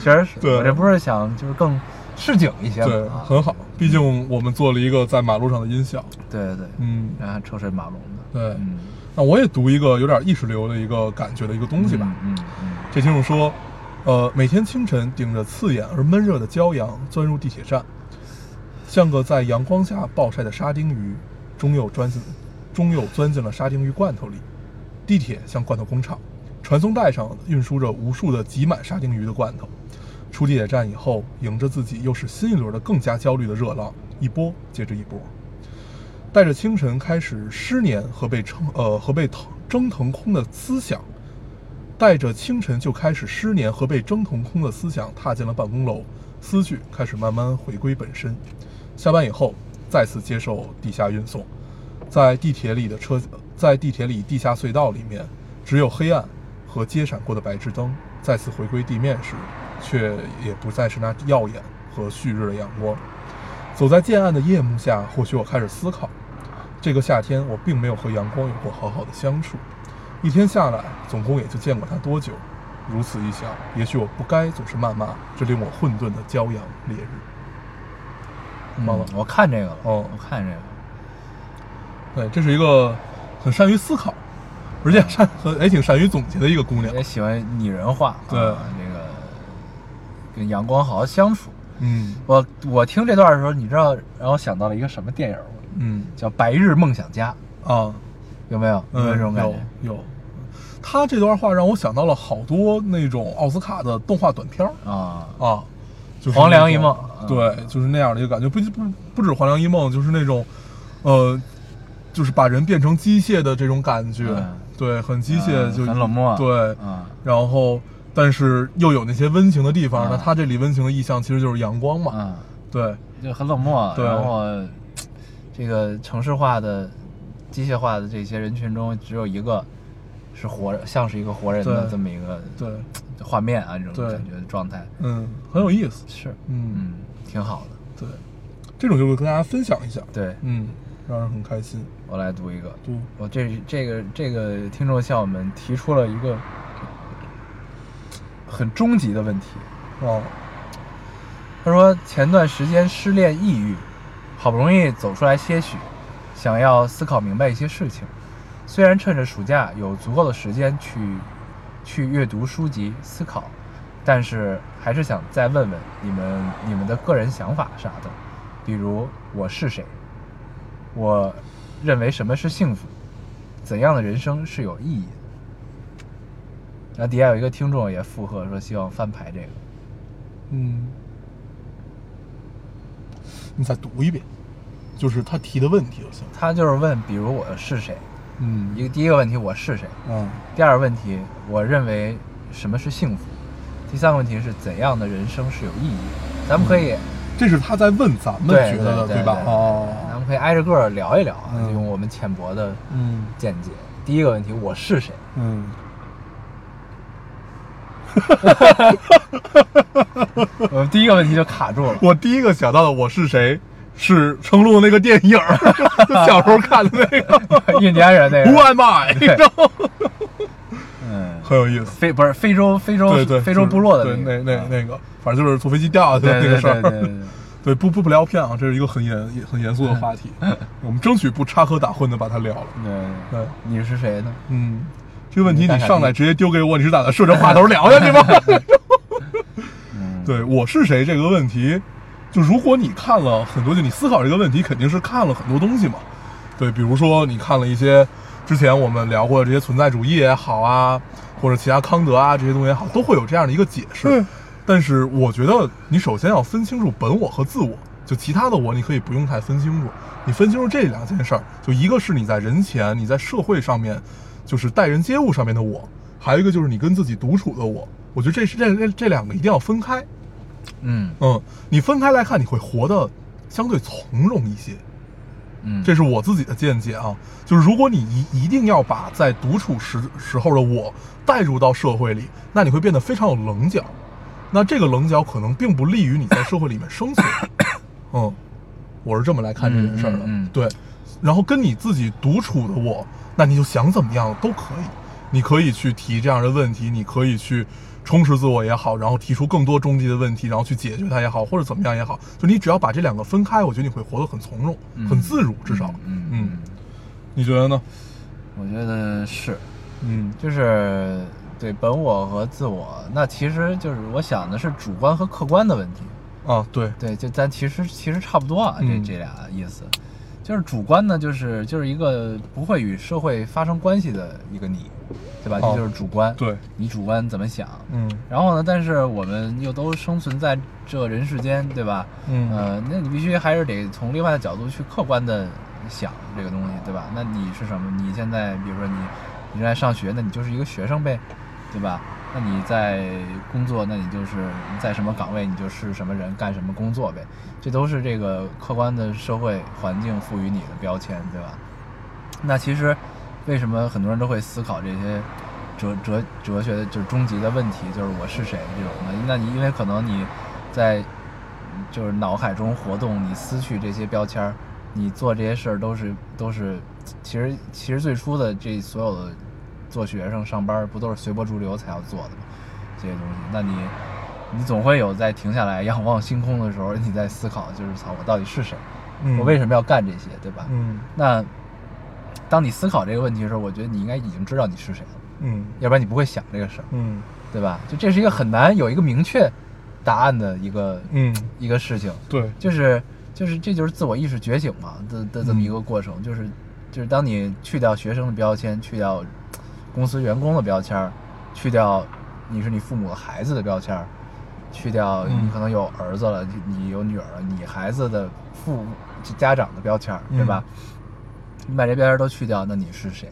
[SPEAKER 1] 确实是。
[SPEAKER 2] 对
[SPEAKER 1] 我这不是想就是更市井一些啊
[SPEAKER 2] 对，
[SPEAKER 1] 嘛？
[SPEAKER 2] 很好。毕竟我们做了一个在马路上的音效，
[SPEAKER 1] 对对对，
[SPEAKER 2] 嗯，
[SPEAKER 1] 然后车水马龙的。
[SPEAKER 2] 对
[SPEAKER 1] 嗯，
[SPEAKER 2] 那我也读一个有点意识流的一个感觉的一个东西吧。
[SPEAKER 1] 嗯嗯
[SPEAKER 2] 这听众说，呃，每天清晨顶着刺眼而闷热的骄阳钻入地铁站，像个在阳光下暴晒的沙丁鱼，终又钻进，终又钻进了沙丁鱼罐头里。地铁像罐头工厂，传送带上运输着无数的挤满沙丁鱼的罐头。出地铁站以后，迎着自己又是新一轮的更加焦虑的热浪，一波接着一波。带着清晨开始失眠和被撑呃和被腾蒸腾空的思想，带着清晨就开始失眠和被蒸腾空的思想踏进了办公楼，思绪开始慢慢回归本身。下班以后，再次接受地下运送，在地铁里的车，在地铁里地下隧道里面，只有黑暗和接闪过的白炽灯。再次回归地面时，却也不再是那耀眼和旭日的阳光。走在渐暗的夜幕下，或许我开始思考：这个夏天，我并没有和阳光有过好好的相处。一天下来，总共也就见过他多久？如此一想，也许我不该总是谩骂这令我混沌的骄阳烈日。
[SPEAKER 1] 嗯，
[SPEAKER 2] 忘了
[SPEAKER 1] 我看这个了，
[SPEAKER 2] 哦
[SPEAKER 1] 我看这个了，
[SPEAKER 2] 对，这是一个很善于思考，而且善 很也挺善于总结的一个姑娘
[SPEAKER 1] 也。喜欢拟人化。
[SPEAKER 2] 对
[SPEAKER 1] 啊这个跟阳光好好相处。
[SPEAKER 2] 嗯
[SPEAKER 1] 我我听这段的时候，你知道，然后想到了一个什么电影吗？
[SPEAKER 2] 嗯
[SPEAKER 1] 叫《白日梦想家》，
[SPEAKER 2] 啊，
[SPEAKER 1] 有没有？有没
[SPEAKER 2] 嗯，
[SPEAKER 1] 有这种感觉？
[SPEAKER 2] 有有。他这段话让我想到了好多那种奥斯卡的动画短片儿
[SPEAKER 1] 啊，
[SPEAKER 2] 啊，就是
[SPEAKER 1] 黄粱
[SPEAKER 2] 那种
[SPEAKER 1] 一梦
[SPEAKER 2] 对，就是那样的一个感觉，不不不止黄粱一梦，就是那种，呃，就是把人变成机械的这种感觉，
[SPEAKER 1] 嗯
[SPEAKER 2] 对，很机械，
[SPEAKER 1] 嗯
[SPEAKER 2] 就
[SPEAKER 1] 很冷漠
[SPEAKER 2] 对，
[SPEAKER 1] 啊，
[SPEAKER 2] 然后但是又有那些温情的地方，
[SPEAKER 1] 嗯
[SPEAKER 2] 那它这里温情的意象其实就是阳光嘛，
[SPEAKER 1] 嗯。
[SPEAKER 2] 对，
[SPEAKER 1] 就很冷漠，
[SPEAKER 2] 对
[SPEAKER 1] 然后这个城市化的机械化的这些人群中，只有一个是活着，像是一个活人的
[SPEAKER 2] 对
[SPEAKER 1] 这么一个
[SPEAKER 2] 对，
[SPEAKER 1] 画面啊，这种
[SPEAKER 2] 对
[SPEAKER 1] 感觉的状态
[SPEAKER 2] 嗯，很有意思，
[SPEAKER 1] 是，
[SPEAKER 2] 嗯，
[SPEAKER 1] 嗯，挺好的。
[SPEAKER 2] 对，这种就会跟大家分享一下，
[SPEAKER 1] 对
[SPEAKER 2] 嗯，让人很开心，
[SPEAKER 1] 我来读一个，
[SPEAKER 2] 对，
[SPEAKER 1] 我这这个这个听众向我们提出了一个很终极的问题，
[SPEAKER 2] 哦，
[SPEAKER 1] 他说前段时间失恋抑郁，好不容易走出来些许，想要思考明白一些事情。虽然趁着暑假有足够的时间去去阅读书籍思考，但是还是想再问问你们你们的个人想法啥的，比如我是谁，我认为什么是幸福，怎样的人生是有意义的。那底下有一个听众也附和说希望翻牌这个，
[SPEAKER 2] 嗯，你再读一遍，就是他提的问题就行，
[SPEAKER 1] 他就是问，比如我是谁，
[SPEAKER 2] 嗯，
[SPEAKER 1] 一个第一个问题我是谁，
[SPEAKER 2] 嗯，
[SPEAKER 1] 第二个问题我认为什么是幸福，第三个问题是怎样的人生是有意义的。咱们可以，
[SPEAKER 2] 这是他在问咱们
[SPEAKER 1] 对
[SPEAKER 2] 觉得的，
[SPEAKER 1] 对对
[SPEAKER 2] 吧？
[SPEAKER 1] 对咱
[SPEAKER 2] 哦，
[SPEAKER 1] 们可以挨着个儿聊一聊啊，
[SPEAKER 2] 嗯
[SPEAKER 1] 用我们浅薄的
[SPEAKER 2] 嗯
[SPEAKER 1] 见解。第一个问题我是 谁，
[SPEAKER 2] 嗯，。
[SPEAKER 1] 我们第一个问题就卡住了
[SPEAKER 2] 我第一个想到的我是谁是成龙那个电影 儿，小时候看的那个
[SPEAKER 1] 印第安人 那
[SPEAKER 2] ，Who
[SPEAKER 1] 个，
[SPEAKER 2] am I？你知道吗
[SPEAKER 1] 嗯，
[SPEAKER 2] 很有意思。
[SPEAKER 1] 非不是非洲非洲
[SPEAKER 2] 对对，
[SPEAKER 1] 非洲
[SPEAKER 2] 就是
[SPEAKER 1] 部落的
[SPEAKER 2] 对
[SPEAKER 1] 那
[SPEAKER 2] 那
[SPEAKER 1] 个
[SPEAKER 2] 那
[SPEAKER 1] 啊
[SPEAKER 2] 那个，反正就是坐飞机掉下去的
[SPEAKER 1] 对
[SPEAKER 2] 那
[SPEAKER 1] 对
[SPEAKER 2] 个事
[SPEAKER 1] 对对对
[SPEAKER 2] 儿。对，
[SPEAKER 1] 对，
[SPEAKER 2] 不不聊偏啊，这是一个很严很严肃的话 题，我们争取不插科打诨的把它聊了。
[SPEAKER 1] 对
[SPEAKER 2] 对，
[SPEAKER 1] 你是谁呢？
[SPEAKER 2] 嗯，这个问题
[SPEAKER 1] 你大
[SPEAKER 2] 你
[SPEAKER 1] 傻
[SPEAKER 2] 上
[SPEAKER 1] 逼
[SPEAKER 2] 来直接丢给我，你是打算顺着话头聊下去 吗？
[SPEAKER 1] 嗯，
[SPEAKER 2] 对，我是谁这个问题，就如果你看了很多，就你思考这个问题，肯定是看了很多东西嘛。对，比如说你看了一些之前我们聊过的这些存在主义也好啊，或者其他康德啊这些东西也好，都会有这样的一个解释。但是我觉得你首先要分清楚本我和自我，就其他的我你可以不用太分清楚，你分清楚这两件事儿，就一个是你在人前、你在社会上面，就是待人接物上面的我，还有一个就是你跟自己独处的我。我觉得这是这这这两个一定要分开。
[SPEAKER 1] 嗯
[SPEAKER 2] 嗯，你分开来看，你会活得相对从容一些，
[SPEAKER 1] 嗯，
[SPEAKER 2] 这是我自己的见解啊。就是如果你一一定要把在独处时时候的我带入到社会里，那你会变得非常有棱角，那这个棱角可能并不利于你在社会里面生 存。嗯，我是这么来看这件事儿的。
[SPEAKER 1] 嗯嗯嗯
[SPEAKER 2] 对，然后跟你自己独处的我，那你就想怎么样都可以，你可以去提这样的问题，你可以去充实自我也好，然后提出更多终极的问题，然后去解决它也好，或者怎么样也好，就你只要把这两个分开，我觉得你会活得很从容，
[SPEAKER 1] 嗯
[SPEAKER 2] 很自如，至少。
[SPEAKER 1] 嗯
[SPEAKER 2] 嗯，你觉得呢？
[SPEAKER 1] 我觉得是，
[SPEAKER 2] 嗯
[SPEAKER 1] 就是对本我和自我，那其实就是我想的是主观和客观的问题。
[SPEAKER 2] 啊，对，
[SPEAKER 1] 对，就咱其实其实差不多啊，这
[SPEAKER 2] 嗯
[SPEAKER 1] 这俩意思。就是主观呢，就是就是一个不会与社会发生关系的一个你，对吧？
[SPEAKER 2] 哦
[SPEAKER 1] 这就是主观。
[SPEAKER 2] 对，
[SPEAKER 1] 你主观怎么想？
[SPEAKER 2] 嗯
[SPEAKER 1] 然后呢，但是我们又都生存在这人世间，对吧？
[SPEAKER 2] 嗯
[SPEAKER 1] 呃，那你必须还是得从另外的角度去客观的想这个东西，对吧？那你是什么？你现在比如说你你正在上学，那你就是一个学生呗，对吧？那你在工作，那你就是你在什么岗位，你就是什么人，干什么工作呗，这都是这个客观的社会环境赋予你的标签，对吧？那其实为什么很多人都会思考这些哲哲哲学的，就是终极的问题，就是我是谁这种的？那你因为可能你在就是脑海中活动，你撕去这些标签儿，你做这些事儿都是都是，其实其实最初的这所有的做学生上班儿不都是随波逐流才要做的吗？这些东西，那你你总会有在停下来仰望星空的时候，你在思考，就是操，我到底是谁？
[SPEAKER 2] 嗯，
[SPEAKER 1] 我为什么要干这些，对吧？
[SPEAKER 2] 嗯
[SPEAKER 1] 那当你思考这个问题的时候，我觉得你应该已经知道你是谁了，
[SPEAKER 2] 嗯
[SPEAKER 1] 要不然你不会想这个事儿，
[SPEAKER 2] 嗯
[SPEAKER 1] 对吧？就这是一个很难有一个明确答案的一个、
[SPEAKER 2] 嗯，
[SPEAKER 1] 一个事情，
[SPEAKER 2] 对，
[SPEAKER 1] 就是就是这就是自我意识觉醒嘛的的这么
[SPEAKER 2] 嗯
[SPEAKER 1] 一个过程，就是就是当你去掉学生的标签，去掉公司员工的标签儿，去掉你是你父母的孩子的标签儿，去掉
[SPEAKER 2] 嗯
[SPEAKER 1] 你可能有儿子了，你你有女儿了，你孩子的父母家长的标签儿，对吧？你把这标签儿都去掉，那你是谁，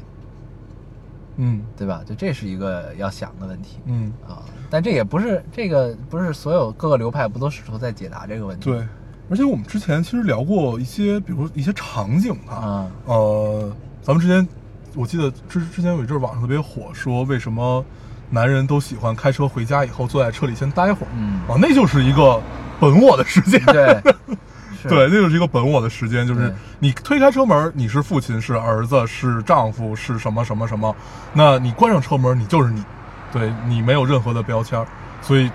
[SPEAKER 2] 嗯
[SPEAKER 1] 对吧？就这是一个要想的问题。
[SPEAKER 2] 嗯，
[SPEAKER 1] 啊，但这也不是这个不是所有各个流派不都试图在解答这个问题？
[SPEAKER 2] 对，而且我们之前其实聊过一些，比如说一些场景吧，
[SPEAKER 1] 啊，
[SPEAKER 2] 呃，咱们之前我记得之之前有一阵儿网上特别火，说为什么男人都喜欢开车回家以后坐在车里先待会儿，
[SPEAKER 1] 嗯
[SPEAKER 2] 啊，那就是一个本我的时间，
[SPEAKER 1] 对，是
[SPEAKER 2] 对，那就是一个本我的时间，就是
[SPEAKER 1] 对
[SPEAKER 2] 你推开车门，你是父亲，是儿子，是丈夫，是什么什么什么，那你关上车门，你就是你，对你没有任何的标签儿，所以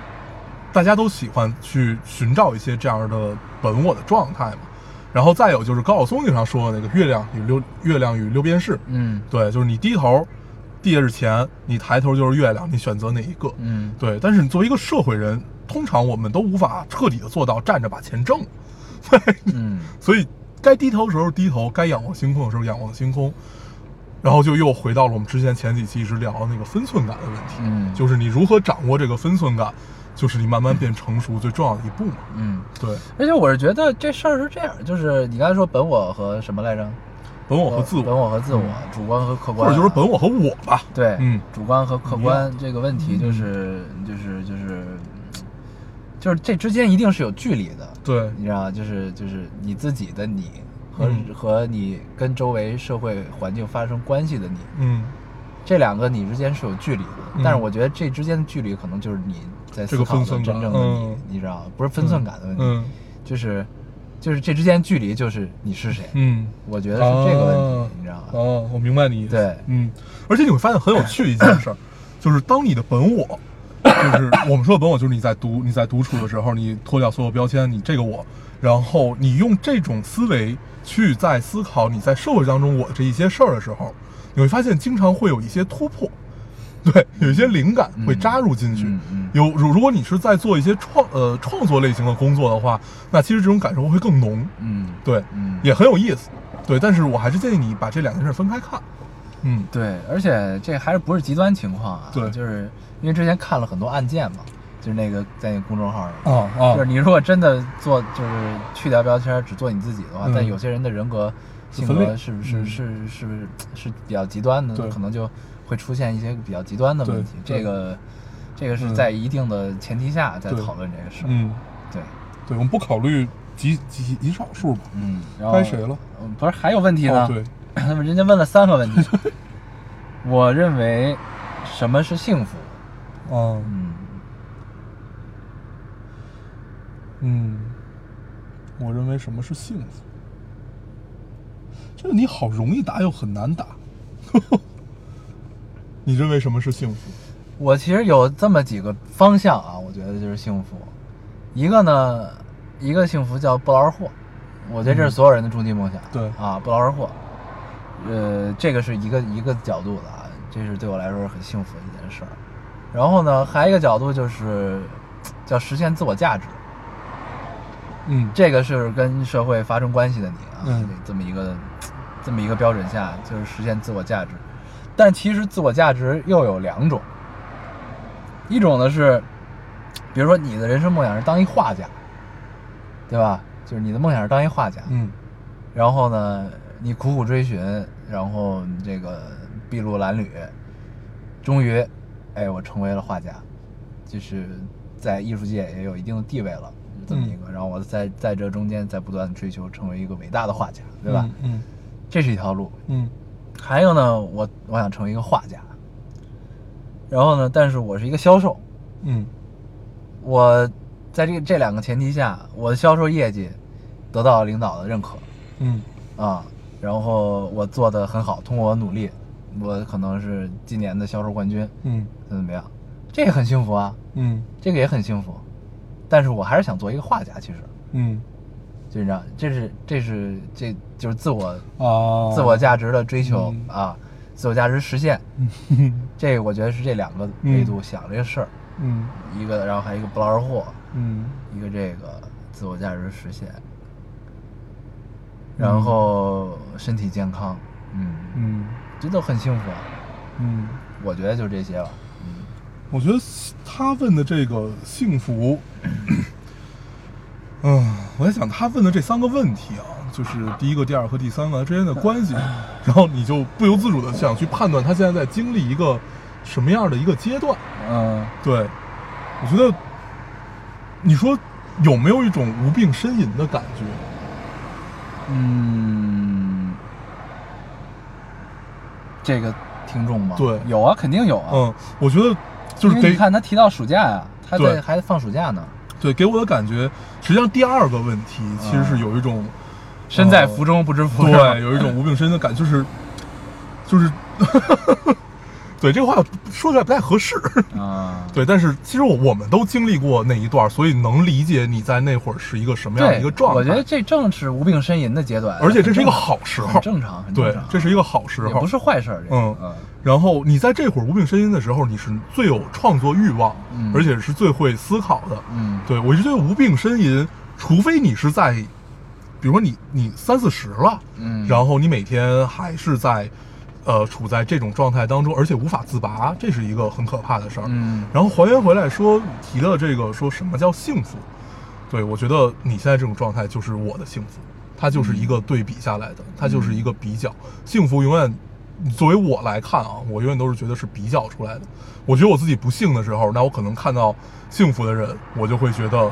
[SPEAKER 2] 大家都喜欢去寻找一些这样的本我的状态嘛。然后再有就是高晓松经常说的那个月亮与六月亮与六便士，
[SPEAKER 1] 嗯
[SPEAKER 2] 对，就是你低头地下是钱，你抬头就是月亮，你选择哪一个？
[SPEAKER 1] 嗯，
[SPEAKER 2] 对，但是你作为一个社会人，通常我们都无法彻底的做到站着把钱挣。
[SPEAKER 1] 嗯，
[SPEAKER 2] 所以该低头的时候低头，该仰望星空的时候仰望星空，然后就又回到了我们之前前几期一直聊的那个分寸感的问题，
[SPEAKER 1] 嗯
[SPEAKER 2] 就是你如何掌握这个分寸感，就是你慢慢变成熟最重要的一步嘛。
[SPEAKER 1] 嗯，
[SPEAKER 2] 对，
[SPEAKER 1] 而且我是觉得这事儿是这样，就是你刚才说本我和什么来着？
[SPEAKER 2] 本我和自
[SPEAKER 1] 本
[SPEAKER 2] 我，
[SPEAKER 1] 我和自我，主观和客
[SPEAKER 2] 或
[SPEAKER 1] 观，
[SPEAKER 2] 者就是本我和我吧。
[SPEAKER 1] 对，
[SPEAKER 2] 嗯
[SPEAKER 1] 主观和客观这个问题，就是就是就是就是这之间一定是有距离的，
[SPEAKER 2] 对，
[SPEAKER 1] 你知道吗，就是就是你自己的你和、
[SPEAKER 2] 嗯
[SPEAKER 1] 和你跟周围社会环境发生关系的你，
[SPEAKER 2] 嗯，
[SPEAKER 1] 这两个你之间是有距离的，
[SPEAKER 2] 嗯
[SPEAKER 1] 但是我觉得这之间的距离可能就是你在
[SPEAKER 2] 这
[SPEAKER 1] 思
[SPEAKER 2] 个
[SPEAKER 1] 考的
[SPEAKER 2] 分寸
[SPEAKER 1] 真
[SPEAKER 2] 感
[SPEAKER 1] 正的你，
[SPEAKER 2] 嗯
[SPEAKER 1] 你知道吗，不是分寸感的问题，
[SPEAKER 2] 嗯
[SPEAKER 1] 就是就是这之间距离就是你是谁，
[SPEAKER 2] 嗯，
[SPEAKER 1] 我觉得是这个问题，
[SPEAKER 2] 啊
[SPEAKER 1] 你知道吗？
[SPEAKER 2] 哦，我明白你意思。
[SPEAKER 1] 对
[SPEAKER 2] 嗯，而且你会发现很有趣一件事儿，就是当你的本我，就是我们说的本我，就是你在独你在独处的时候，你脱掉所有标签，你这个我，然后你用这种思维去在思考你在社会当中我这一些事儿的时候，你会发现经常会有一些突破，对，有一些灵感会扎入进去。
[SPEAKER 1] 嗯嗯
[SPEAKER 2] 有如如果你是在做一些创呃创作类型的工作的话，那其实这种感受会更浓。
[SPEAKER 1] 嗯，
[SPEAKER 2] 对，
[SPEAKER 1] 嗯
[SPEAKER 2] 也很有意思。对，但是我还是建议你把这两件事分开看。嗯，
[SPEAKER 1] 对，而且这还是不是极端情况啊？
[SPEAKER 2] 对
[SPEAKER 1] 就是因为之前看了很多案件嘛，就是那个在那个公众号上，
[SPEAKER 2] 啊啊
[SPEAKER 1] 就是你如果真的做，就是去掉标签儿，只做你自己的话，
[SPEAKER 2] 嗯
[SPEAKER 1] 但有些人的人格性
[SPEAKER 2] 分裂
[SPEAKER 1] 格是不是
[SPEAKER 2] 嗯
[SPEAKER 1] 是是不是是比较极端的
[SPEAKER 2] 对，
[SPEAKER 1] 可能就会出现一些比较极端的问题。
[SPEAKER 2] 对
[SPEAKER 1] 这个这个是
[SPEAKER 2] 嗯
[SPEAKER 1] 在一定的前提下在
[SPEAKER 2] 对
[SPEAKER 1] 讨论这个事儿。
[SPEAKER 2] 嗯，
[SPEAKER 1] 对，
[SPEAKER 2] 对，我们不考虑极极极少数吧。
[SPEAKER 1] 嗯，然后
[SPEAKER 2] 该谁了？
[SPEAKER 1] 嗯？不是还有问题呢？
[SPEAKER 2] 哦，对，
[SPEAKER 1] 那么人家问了三个 问题，我认为什么是幸福？
[SPEAKER 2] 啊，
[SPEAKER 1] 嗯，
[SPEAKER 2] 嗯，我认为什么是幸福？这个你好容易答又很难答。 你认为什么是幸福？
[SPEAKER 1] 我其实有这么几个方向啊，我觉得就是幸福。一个呢，一个幸福叫不劳而获，我觉得这是所有人的终极梦想。
[SPEAKER 2] 对
[SPEAKER 1] 啊，不劳而获，呃，这个是一个一个角度的啊，这是对我来说是很幸福的一件事儿。然后呢，还有一个角度就是叫实现自我价值。
[SPEAKER 2] 嗯
[SPEAKER 1] 这个是跟社会发生关系的你啊，
[SPEAKER 2] 嗯
[SPEAKER 1] 这么一个这么一个标准下，就是实现自我价值。但其实自我价值又有两种，一种呢是，比如说你的人生梦想是当一画家，对吧？就是你的梦想是当一画家，
[SPEAKER 2] 嗯
[SPEAKER 1] 然后呢，你苦苦追寻，然后你这个筚路蓝缕，终于，哎，我成为了画家，就是在艺术界也有一定的地位了，就这么一个。然后我在在这中间在不断的追求成为一个伟大的画家，对吧？
[SPEAKER 2] 嗯
[SPEAKER 1] 这是一条路。
[SPEAKER 2] 嗯
[SPEAKER 1] 还有呢，我我想成为一个画家，然后呢，但是我是一个销售，
[SPEAKER 2] 嗯
[SPEAKER 1] 我在这这两个前提下，我的销售业绩得到领导的认可，
[SPEAKER 2] 嗯
[SPEAKER 1] 啊，然后我做的很好，通过我努力，我可能是今年的销售冠军，
[SPEAKER 2] 嗯
[SPEAKER 1] 怎么怎么样，这也很幸福啊，
[SPEAKER 2] 嗯
[SPEAKER 1] 这个也很幸福，但是我还是想做一个画家，其实
[SPEAKER 2] 嗯
[SPEAKER 1] 就是这样，这是这是这就是自我
[SPEAKER 2] 啊，
[SPEAKER 1] 自我价值的追求、
[SPEAKER 2] 嗯
[SPEAKER 1] 啊，自我价值实现，
[SPEAKER 2] 嗯
[SPEAKER 1] 这个我觉得是这两个维度想这个事儿，
[SPEAKER 2] 嗯
[SPEAKER 1] 一个然后还有一个不劳而获，
[SPEAKER 2] 嗯
[SPEAKER 1] 一个这个自我价值实现，然后身体健康，嗯
[SPEAKER 2] 嗯
[SPEAKER 1] 这都很幸福啊！
[SPEAKER 2] 嗯。
[SPEAKER 1] 我觉得就这些吧。
[SPEAKER 2] 我觉得他问的这个幸福， 嗯，我在想他问的这三个问题啊，就是第一个、第二和第三个之间的关系，然后你就不由自主的想去判断他现在在经历一个什么样的一个阶段。
[SPEAKER 1] 嗯
[SPEAKER 2] 对，我觉得你说有没有一种无病呻吟的感觉？
[SPEAKER 1] 嗯，这个听众吗？
[SPEAKER 2] 对
[SPEAKER 1] 有啊，肯定有啊。，
[SPEAKER 2] 嗯，我觉得就是
[SPEAKER 1] 因为
[SPEAKER 2] 得
[SPEAKER 1] 你看他提到暑假呀、他
[SPEAKER 2] 对
[SPEAKER 1] 在还放暑假呢，
[SPEAKER 2] 对给我的感觉，实际上第二个问题其实
[SPEAKER 1] 嗯
[SPEAKER 2] 是有一种、
[SPEAKER 1] 身在福中不知福。
[SPEAKER 2] 对，，有一种无病呻吟的感觉，就是就是， 对这个话说出来不太合适。
[SPEAKER 1] 啊，
[SPEAKER 2] 对，但是其实我我们都经历过那一段儿，所以能理解你在那会儿是一个什么样的
[SPEAKER 1] 对，
[SPEAKER 2] 一个状态。
[SPEAKER 1] 我觉得，这正是无病呻吟的阶段，
[SPEAKER 2] 而且这是一个好时候
[SPEAKER 1] 很，正常，很正
[SPEAKER 2] 对
[SPEAKER 1] 常，
[SPEAKER 2] 这是一个好时
[SPEAKER 1] 也
[SPEAKER 2] 候
[SPEAKER 1] 不。是坏事儿。这个
[SPEAKER 2] 嗯
[SPEAKER 1] 嗯，
[SPEAKER 2] 然后你在这会儿无病呻吟的时候，你是最有创作欲望，
[SPEAKER 1] 嗯
[SPEAKER 2] 而且是最会思考的。
[SPEAKER 1] 嗯
[SPEAKER 2] 对我就觉得无病呻吟，除非你是在，比如说你你三四十了，
[SPEAKER 1] 嗯，
[SPEAKER 2] 然后你每天还是在，呃，处在这种状态当中，而且无法自拔，这是一个很可怕的事儿。
[SPEAKER 1] 嗯
[SPEAKER 2] 然后还原回来说提到这个说什么叫幸福，对我觉得你现在这种状态就是我的幸福，它就是一个对比下来的，它就是一个比较。幸福永远作为我来看啊，我永远都是觉得是比较出来的。我觉得我自己不幸的时候，那我可能看到幸福的人，我就会觉得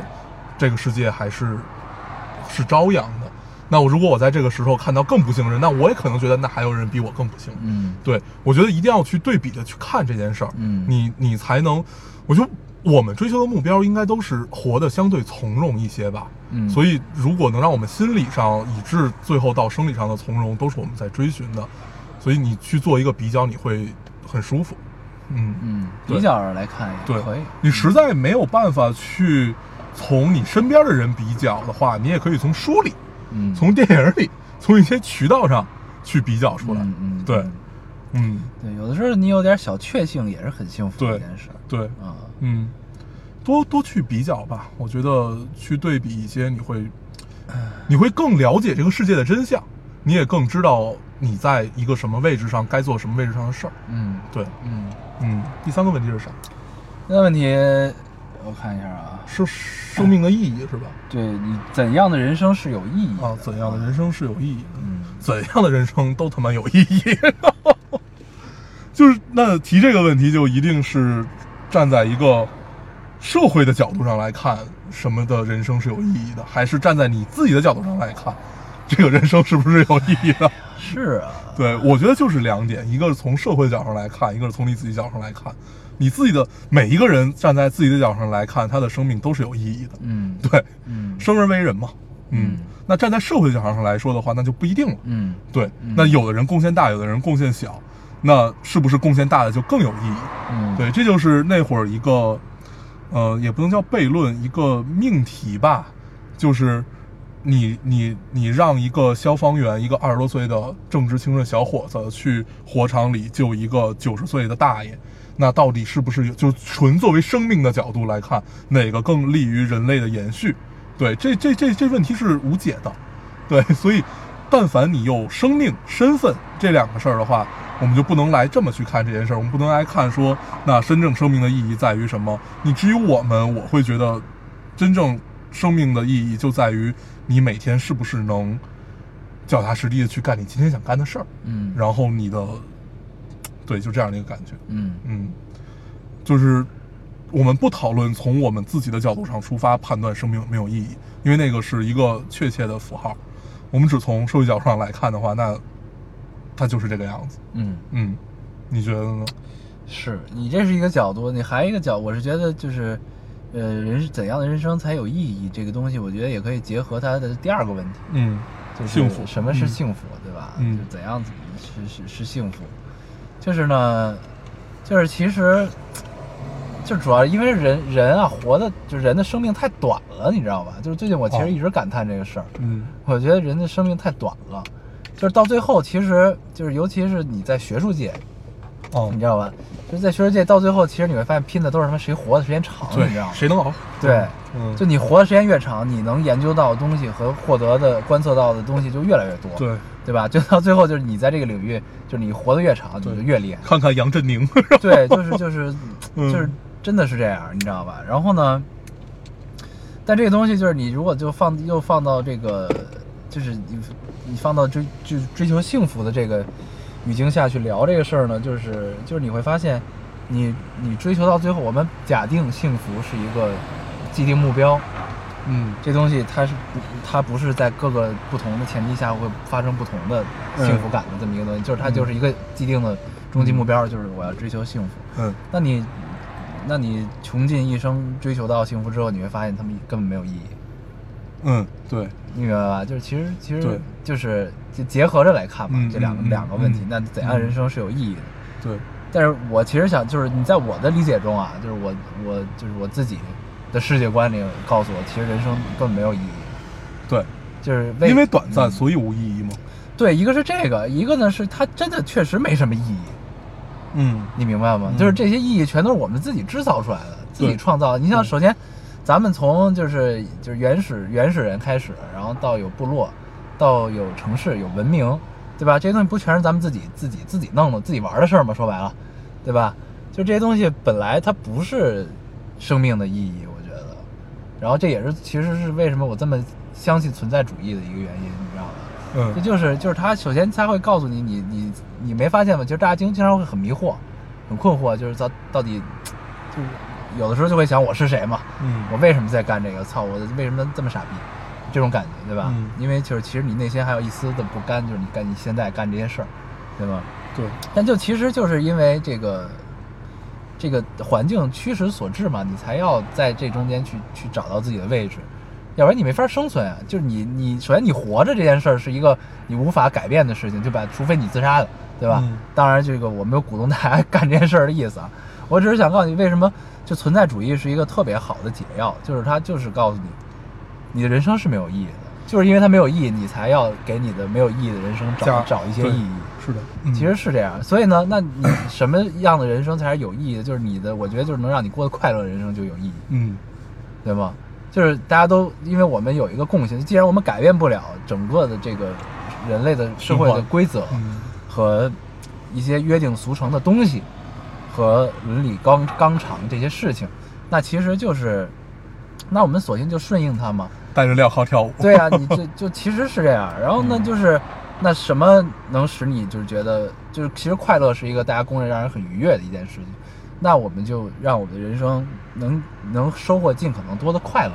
[SPEAKER 2] 这个世界还是是朝阳的。那我如果我在这个时候看到更不幸的人，那我也可能觉得那还有人比我更不幸。
[SPEAKER 1] 嗯
[SPEAKER 2] 对，我觉得一定要去对比的去看这件事儿，
[SPEAKER 1] 嗯
[SPEAKER 2] 你你才能，我觉得我们追求的目标应该都是活得相对从容一些吧，
[SPEAKER 1] 嗯
[SPEAKER 2] 所以如果能让我们心理上以至最后到生理上的从容，都是我们在追寻的，所以你去做一个比较，你会很舒服，嗯，
[SPEAKER 1] 嗯，
[SPEAKER 2] 对
[SPEAKER 1] 比较来看也
[SPEAKER 2] 对
[SPEAKER 1] 可以，，
[SPEAKER 2] 你实在没有办法去从你身边的人比较的话，你也可以从书里、
[SPEAKER 1] 嗯，
[SPEAKER 2] 从电影里、从一些渠道上去比较出来，
[SPEAKER 1] 嗯嗯，
[SPEAKER 2] 对
[SPEAKER 1] 嗯
[SPEAKER 2] 嗯，
[SPEAKER 1] 对，有的时候你有点小确幸也是很幸福的
[SPEAKER 2] 对
[SPEAKER 1] 一件事儿
[SPEAKER 2] 对。
[SPEAKER 1] 啊。
[SPEAKER 2] 嗯，多多去比较吧，我觉得去对比一些，你会，你会更了解这个世界的真相，你也更知道你在一个什么位置上该做什么位置上的事儿。
[SPEAKER 1] 嗯
[SPEAKER 2] 对，
[SPEAKER 1] 嗯，
[SPEAKER 2] 嗯，第三个问题是啥？
[SPEAKER 1] 那问题我看一下啊，
[SPEAKER 2] 是生命的意义是吧？
[SPEAKER 1] 对你怎样的人生是有意义的
[SPEAKER 2] 啊，怎样的人生是有意义的？
[SPEAKER 1] 嗯
[SPEAKER 2] 怎样的人生都他妈有意义。 就是那提这个问题，就一定是站在一个社会的角度上来看，什么的人生是有意义的，还是站在你自己的角度上来看，这个人生是不是有意义的？
[SPEAKER 1] 是啊，
[SPEAKER 2] 对，我觉得就是两点，一个是从社会角上来看，一个是从你自己角上来看。你自己的每一个人站在自己的角上来看，他的生命都是有意义的。
[SPEAKER 1] 嗯
[SPEAKER 2] 对，
[SPEAKER 1] 嗯
[SPEAKER 2] 生而为人嘛，嗯
[SPEAKER 1] 嗯，
[SPEAKER 2] 那站在社会角上来说的话，那就不一定了。
[SPEAKER 1] 嗯
[SPEAKER 2] 对，
[SPEAKER 1] 嗯
[SPEAKER 2] 那有的人贡献大，有的人贡献小，那是不是贡献大的就更有意义？
[SPEAKER 1] 嗯，
[SPEAKER 2] 对，这就是那会儿一个，呃，也不能叫悖论，一个命题吧，就是你你你让一个消防员，一个二十多岁的正值青春的小伙子去火场里救一个九十岁的大爷。那到底是不是有？就是纯作为生命的角度来看，哪个更利于人类的延续？对，这这这这问题是无解的。对，所以但凡你有生命、身份这两个事儿的话，我们就不能来这么去看这件事儿，我们不能来看说那真正生命的意义在于什么。你至于我们，我会觉得真正生命的意义就在于你每天是不是能脚踏实地的去干你今天想干的事儿，
[SPEAKER 1] 嗯，
[SPEAKER 2] 然后你的对，就这样的一个感觉。
[SPEAKER 1] 嗯
[SPEAKER 2] 嗯，就是我们不讨论从我们自己的角度上出发判断生命有没有意义，因为那个是一个确切的符号。我们只从社会角度上来看的话，那它就是这个样子。
[SPEAKER 1] 嗯。
[SPEAKER 2] 嗯，你觉得呢？
[SPEAKER 1] 是你这是一个角度，你还有一个角，我是觉得就是，呃，人是怎样的人生才有意义这个东西，我觉得也可以结合它的第二个问题，
[SPEAKER 2] 嗯
[SPEAKER 1] 就是
[SPEAKER 2] 幸福
[SPEAKER 1] 什么是
[SPEAKER 2] 嗯
[SPEAKER 1] 幸福，对吧？
[SPEAKER 2] 嗯
[SPEAKER 1] 就怎样子是是是幸福，就是呢，就是其实，就主要因为人人啊活的，就人的生命太短了，你知道吧？就是最近我其
[SPEAKER 2] 哦
[SPEAKER 1] 实一直感叹这个事儿，
[SPEAKER 2] 嗯
[SPEAKER 1] 我觉得人的生命太短了，就是到最后，其实就是尤其是你在学术界，
[SPEAKER 2] 哦
[SPEAKER 1] 你，知道吧？就是在学术界到最后，其实你会发现拼的都是他妈谁活的时间长，你知道
[SPEAKER 2] 对，
[SPEAKER 1] 吗？
[SPEAKER 2] 谁能熬？
[SPEAKER 1] 对，
[SPEAKER 2] 嗯，
[SPEAKER 1] 就你活的时间越长，你能研究到的东西和获得的、观测到的东西就越来越多，
[SPEAKER 2] 对，
[SPEAKER 1] 对吧？就到最后，就是你在这个领域，就是你活得越长，你
[SPEAKER 2] 对
[SPEAKER 1] 就 越厉害。
[SPEAKER 2] 看看杨振 宁。
[SPEAKER 1] 对，就是 就是
[SPEAKER 2] 嗯
[SPEAKER 1] 就是真的是这样，你知道吧？然后呢，但这个东西就是你如果就放又放到这个，就是你你放到追就追求幸福的这个语境下去聊这个事儿呢，就是就是你会发现你，你追求到最后，我们假定幸福是一个既定目标，
[SPEAKER 2] 嗯
[SPEAKER 1] 这东西它是不，它不是在各个不同的前提下会发生不同的
[SPEAKER 2] 嗯
[SPEAKER 1] 幸福感的这么一个东西，就是它就是一个既定的终极目标，就是我要追求幸福。
[SPEAKER 2] 嗯，
[SPEAKER 1] 那你，那你穷尽一生追求到幸福之后，你会发现他们根本没有意义，
[SPEAKER 2] 嗯，对，
[SPEAKER 1] 你明白吧？就是其实其
[SPEAKER 2] 对
[SPEAKER 1] 实就是就结合着来看嘛，
[SPEAKER 2] 嗯
[SPEAKER 1] 这两个、
[SPEAKER 2] 嗯嗯
[SPEAKER 1] 两个问题
[SPEAKER 2] 嗯，
[SPEAKER 1] 那怎样人生是有意义的？
[SPEAKER 2] 对，
[SPEAKER 1] 但是我其实想，就是你在我的理解中啊，就是我我就是我自己的世界观里告诉我，其实人生根本没有意义，
[SPEAKER 2] 对，
[SPEAKER 1] 就是
[SPEAKER 2] 因为短暂，
[SPEAKER 1] 嗯
[SPEAKER 2] 所以无意义嘛。
[SPEAKER 1] 对，一个是这个，一个呢是它真的确实没什么意义，
[SPEAKER 2] 嗯
[SPEAKER 1] 你明白吗？
[SPEAKER 2] 嗯
[SPEAKER 1] 就是这些意义全都是我们自己制造出来的，自己创造的。你
[SPEAKER 2] 嗯
[SPEAKER 1] 像，首先，咱们从就是就是原始原始人开始，然后到有部落，到有城市，有文明，对吧？这些东西不全是咱们自己自己自己弄的、自己玩的事儿吗？说白了，对吧？就这些东西本来它不是生命的意义，我觉得。然后这也是其实是为什么我这么相信存在主义的一个原因，你知道吗？这
[SPEAKER 2] 嗯
[SPEAKER 1] 就是就是他首先他会告诉你，你你你没发现吗？其实大家经经常会很迷惑，很困惑，就是到到底，就是有的时候就会想我是谁嘛，
[SPEAKER 2] 嗯，
[SPEAKER 1] 我为什么在干这个？操，我为什么这么傻逼？这种感觉，对吧？
[SPEAKER 2] 嗯
[SPEAKER 1] 因为就是其实你内心还有一丝的不甘，就是你干你现在干这些事儿，对吗？
[SPEAKER 2] 对，
[SPEAKER 1] 但就其实就是因为这个这个环境驱使所致嘛，你才要在这中间去去找到自己的位置，要不然你没法生存啊。就是你你首先你活着这件事儿是一个你无法改变的事情，对吧？除非你自杀了，对吧？
[SPEAKER 2] 嗯
[SPEAKER 1] 当然，这个我没有鼓动大家 干这件事儿的意思啊，我只是想告诉你为什么就存在主义是一个特别好的解药，就是它就是告诉你，你的人生是没有意义的。就是因为它没有意义，你才要给你的没有意义的人生找
[SPEAKER 2] 加
[SPEAKER 1] 找一些
[SPEAKER 2] 对
[SPEAKER 1] 意义。
[SPEAKER 2] 是的，嗯
[SPEAKER 1] 其实是这样。所以呢，那你什么样的人生才是有意义的？就是你的，我觉得就是能让你过得快乐的人生就有意义，
[SPEAKER 2] 嗯
[SPEAKER 1] 对吗？就是大家都，因为我们有一个共性，既然我们改变不了整个的这个人类的社会
[SPEAKER 2] 循
[SPEAKER 1] 的
[SPEAKER 2] 环
[SPEAKER 1] 规则
[SPEAKER 2] 嗯
[SPEAKER 1] 和一些约定俗成的东西和伦理纲纲常这些事情，那其实就是，那我们索性就顺应它嘛。
[SPEAKER 2] 带着镣铐跳 舞。
[SPEAKER 1] 对啊，你就就其实是这样。然后呢，
[SPEAKER 2] 嗯
[SPEAKER 1] 就是那什么能使你就是觉得就是其实快乐是一个大家公认让人很愉悦的一件事情，那我们就让我们的人生能能收获尽可能多的快乐，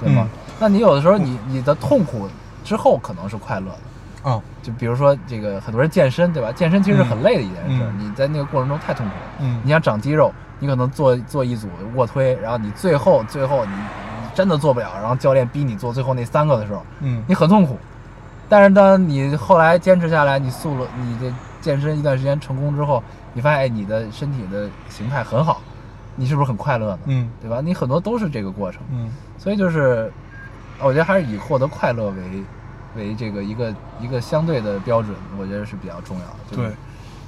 [SPEAKER 1] 对吗？
[SPEAKER 2] 嗯
[SPEAKER 1] 那你有的时候你你的痛苦之后可能是快乐的。
[SPEAKER 2] 啊，
[SPEAKER 1] 就比如说这个很多人健身，对吧？健身其实是很累的一件事，
[SPEAKER 2] 嗯
[SPEAKER 1] 你在那个过程中太痛苦了。
[SPEAKER 2] 嗯
[SPEAKER 1] 你想长肌肉，你可能做做一组卧推，然后你最后最后你你真的做不了，然后教练逼你做最后那三个的时候，
[SPEAKER 2] 嗯
[SPEAKER 1] 你很痛苦。但是当你后来坚持下来，你塑了你这健身一段时间成功之后，你发现哎你的身体的形态很好，你是不是很快乐呢？
[SPEAKER 2] 嗯
[SPEAKER 1] 对吧？你很多都是这个过程。
[SPEAKER 2] 嗯
[SPEAKER 1] 所以就是，我觉得还是以获得快乐为为这个一个一个相对的标准，我觉得是比较重要的。就是、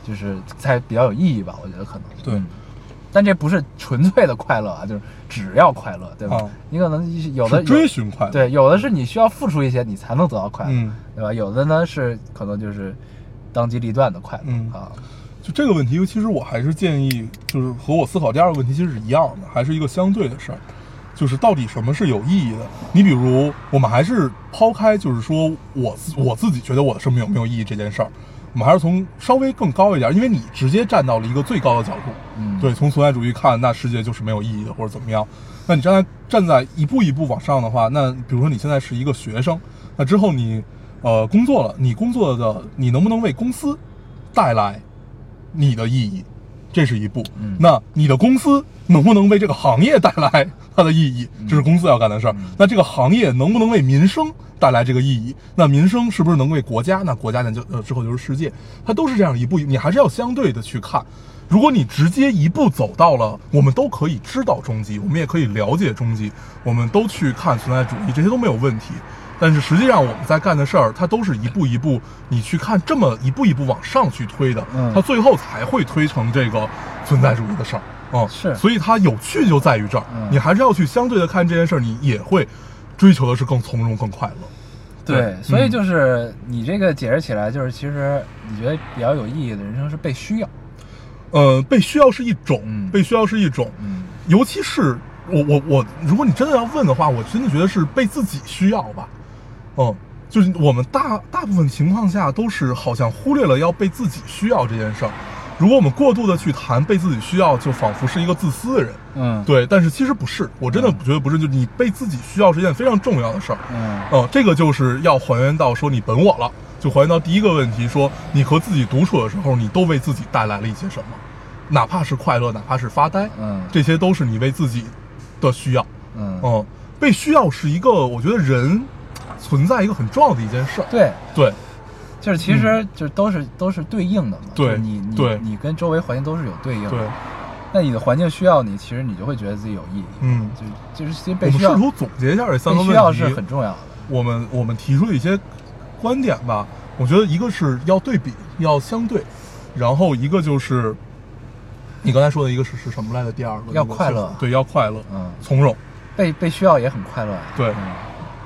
[SPEAKER 1] 就是才比较有意义吧，我觉得可能。
[SPEAKER 2] 对
[SPEAKER 1] 嗯但这不是纯粹的快乐啊， 就是只要快乐，对吧？
[SPEAKER 2] 啊
[SPEAKER 1] 你可能有的
[SPEAKER 2] 是追
[SPEAKER 1] 有
[SPEAKER 2] 寻快乐。，
[SPEAKER 1] 对，有的是你需要付出一些，你才能得到快乐，
[SPEAKER 2] 嗯，
[SPEAKER 1] 对吧？有的呢是可能就是当机立断的快乐、
[SPEAKER 2] 嗯
[SPEAKER 1] 啊，
[SPEAKER 2] 就这个问题，其实我还是建议，就是和我思考第二个问题其实是一样的，还是一个相对的事儿，就是到底什么是有意义的？你比如，我们还是抛开，就是说我自我自己觉得我的生命有没有意义这件事儿，我们还是从稍微更高一点，因为你直接站到了一个最高的角度，
[SPEAKER 1] 嗯，
[SPEAKER 2] 对，从存在主义看，那世界就是没有意义的，或者怎么样。那你站在站在一步一步往上的话，那比如说你现在是一个学生，那之后你呃工作了，你工作的你能不能为公司带来你的意义，这是一步。
[SPEAKER 1] 嗯
[SPEAKER 2] 那你的公司能不能为这个行业带来它的意义，这是公司要干的事儿。那这个行业能不能为民生带来这个意义？那民生是不是能为国家？那国家那就呃之后就是世界，它都是这样一步一，你还是要相对的去看。如果你直接一步走到了，我们都可以知道终极，我们也可以了解终极，我们都去看存在主义，这些都没有问题。但是实际上我们在干的事儿，它都是一步一步，你去看这么一步一步往上去推的，
[SPEAKER 1] 嗯
[SPEAKER 2] 它最后才会推成这个存在主义的事儿。嗯，
[SPEAKER 1] 是
[SPEAKER 2] 所以它有趣就在于这儿，
[SPEAKER 1] 嗯
[SPEAKER 2] 你还是要去相对的看这件事儿，你也会追求的是更从容、更快乐。
[SPEAKER 1] 对，
[SPEAKER 2] 对
[SPEAKER 1] 所以
[SPEAKER 2] 嗯
[SPEAKER 1] 就是你这个解释起来，就是其实你觉得比较有意义的人生是被需要，
[SPEAKER 2] 呃，被需要是一种，
[SPEAKER 1] 嗯
[SPEAKER 2] 被需要是一种，
[SPEAKER 1] 嗯，
[SPEAKER 2] 尤其是我我我，如果你真的要问的话，我真的觉得是被自己需要吧，嗯，就是我们大大部分情况下都是好像忽略了要被自己需要这件事儿，如果我们过度的去谈被自己需要，就仿佛是一个自私的人。
[SPEAKER 1] 嗯，，
[SPEAKER 2] 对，但是其实不是，我真的觉得不是，就你被自己需要是一件非常重要的事儿。
[SPEAKER 1] 嗯
[SPEAKER 2] 嗯，这个就是要还原到说你本我了，就还原到第一个问题，说你和自己独处的时候，你都为自己带来了一些什么，哪怕是快乐，哪怕是发呆，
[SPEAKER 1] 嗯
[SPEAKER 2] 这些都是你为自己的需要。
[SPEAKER 1] 嗯，
[SPEAKER 2] 嗯，被需要是一个我觉得人存在一个很重要的一件事儿。
[SPEAKER 1] 对，
[SPEAKER 2] 对
[SPEAKER 1] 就是其实就都是都是对应的嘛，
[SPEAKER 2] 嗯对
[SPEAKER 1] 就是你你
[SPEAKER 2] 对
[SPEAKER 1] 你跟周围环境都是有对应的，
[SPEAKER 2] 对，
[SPEAKER 1] 那你的环境需要你，其实你就会觉得自己有意义，
[SPEAKER 2] 嗯，
[SPEAKER 1] 就就是其实
[SPEAKER 2] 我
[SPEAKER 1] 被
[SPEAKER 2] 们
[SPEAKER 1] 需要
[SPEAKER 2] 试图总结一下这三个问
[SPEAKER 1] 被需
[SPEAKER 2] 题，
[SPEAKER 1] 要是很重要的，
[SPEAKER 2] 我们我们提出的一些观点吧，我觉得一个是要对比，要相对，然后一个就是你刚才说的一个是是什么来着？第二个
[SPEAKER 1] 要快乐
[SPEAKER 2] 对，要快乐，
[SPEAKER 1] 嗯，
[SPEAKER 2] 从容，
[SPEAKER 1] 被被需要也很快乐啊，
[SPEAKER 2] 对
[SPEAKER 1] 嗯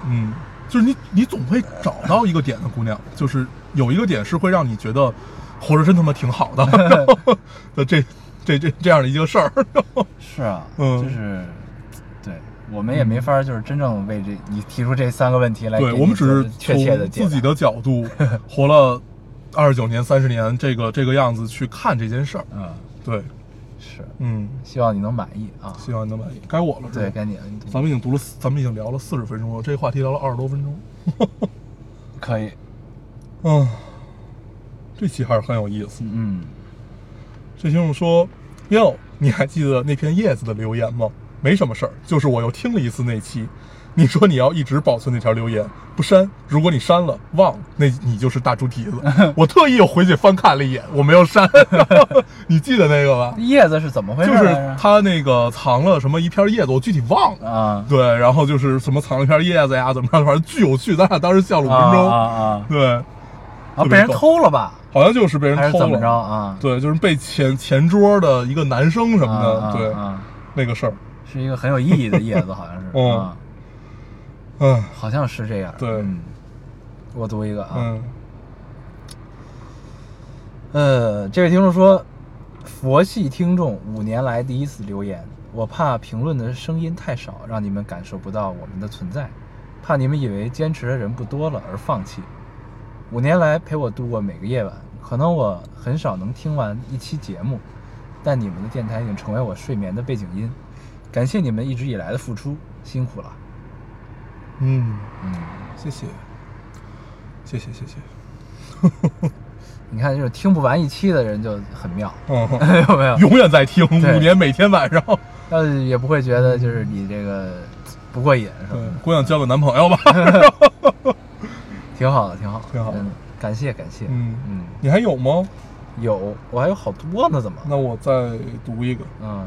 [SPEAKER 2] 嗯，就是你你总会找到一个点的，姑娘，就是有一个点是会让你觉得活着真他妈挺好 的， 然后的这这这这样的一个事儿，
[SPEAKER 1] 是啊，
[SPEAKER 2] 嗯
[SPEAKER 1] 就是对。我们也没法，就是真正为这你提出这三个问题来给
[SPEAKER 2] 对
[SPEAKER 1] 你做，
[SPEAKER 2] 我们只是
[SPEAKER 1] 确切的
[SPEAKER 2] 从自己的角度活了二十九年、三十年这个这个样子去看这件事儿，
[SPEAKER 1] 嗯，
[SPEAKER 2] 对，
[SPEAKER 1] 是，
[SPEAKER 2] 嗯。
[SPEAKER 1] 希望你能满意啊。
[SPEAKER 2] 希望你能满意。该我了，是吧
[SPEAKER 1] 对，该你了，你读
[SPEAKER 2] 咱们已经读了四，咱们已经聊了四十分钟了，这个话题聊了二十多分钟。
[SPEAKER 1] 可以，
[SPEAKER 2] 嗯，这期还是很有意思。
[SPEAKER 1] 嗯，
[SPEAKER 2] 这听众说：“哟，你还记得那片叶子的留言吗？没什么事儿，就是我又听了一次那期。你说你要一直保存那条留言，不删。如果你删了，忘了，那你就是大猪蹄子。 我特意又回去翻看了一眼，我没有删。你记得那个吧？
[SPEAKER 1] 嗯叶子是怎么回事
[SPEAKER 2] 就
[SPEAKER 1] 来着？
[SPEAKER 2] 是他那个藏了什么一片叶子，我具体忘了。
[SPEAKER 1] 啊，
[SPEAKER 2] 对，然后就是什么藏了一片叶子呀，怎么着，反正巨有趣。咱俩当时笑了五分钟，
[SPEAKER 1] 啊啊啊！
[SPEAKER 2] 对，
[SPEAKER 1] 啊，
[SPEAKER 2] 特别
[SPEAKER 1] 被人
[SPEAKER 2] 逗
[SPEAKER 1] 偷了吧？
[SPEAKER 2] 好像就是被人
[SPEAKER 1] 还是
[SPEAKER 2] 偷
[SPEAKER 1] 怎
[SPEAKER 2] 了，
[SPEAKER 1] 么着啊？
[SPEAKER 2] 对，就是被前前桌的一个男生什么的，
[SPEAKER 1] 啊啊
[SPEAKER 2] 对、
[SPEAKER 1] 啊
[SPEAKER 2] 那个事儿，
[SPEAKER 1] 是一个很有意义的叶子，好像是，
[SPEAKER 2] 嗯
[SPEAKER 1] 啊，
[SPEAKER 2] 唉，
[SPEAKER 1] 好像是这样。
[SPEAKER 2] 对
[SPEAKER 1] 嗯，我读一个啊，
[SPEAKER 2] 嗯
[SPEAKER 1] 呃，这位听众说，佛系听众五年来第一次留言，我怕评论的声音太少，让你们感受不到我们的存在，怕你们以为坚持的人不多了而放弃。五年来陪我度过每个夜晚，可能我很少能听完一期节目，但你们的电台已经成为我睡眠的背景音，感谢你们一直以来的付出，辛苦了。
[SPEAKER 2] 嗯，
[SPEAKER 1] 嗯，
[SPEAKER 2] 谢谢，谢谢谢谢，
[SPEAKER 1] 你看，就是听不完一期的人就很妙，
[SPEAKER 2] 嗯，
[SPEAKER 1] 有没有？
[SPEAKER 2] 永远在听，
[SPEAKER 1] 对
[SPEAKER 2] 五年每天晚上，
[SPEAKER 1] 但是也不会觉得就是你这个不过瘾什
[SPEAKER 2] 对
[SPEAKER 1] 么，的，
[SPEAKER 2] 姑娘交个男朋 友吧，
[SPEAKER 1] 挺好的，挺好的，
[SPEAKER 2] 挺好的
[SPEAKER 1] 嗯，感谢感谢，
[SPEAKER 2] 嗯你还有吗？
[SPEAKER 1] 有我还有好多呢，怎么？
[SPEAKER 2] 那我再读一个，
[SPEAKER 1] 嗯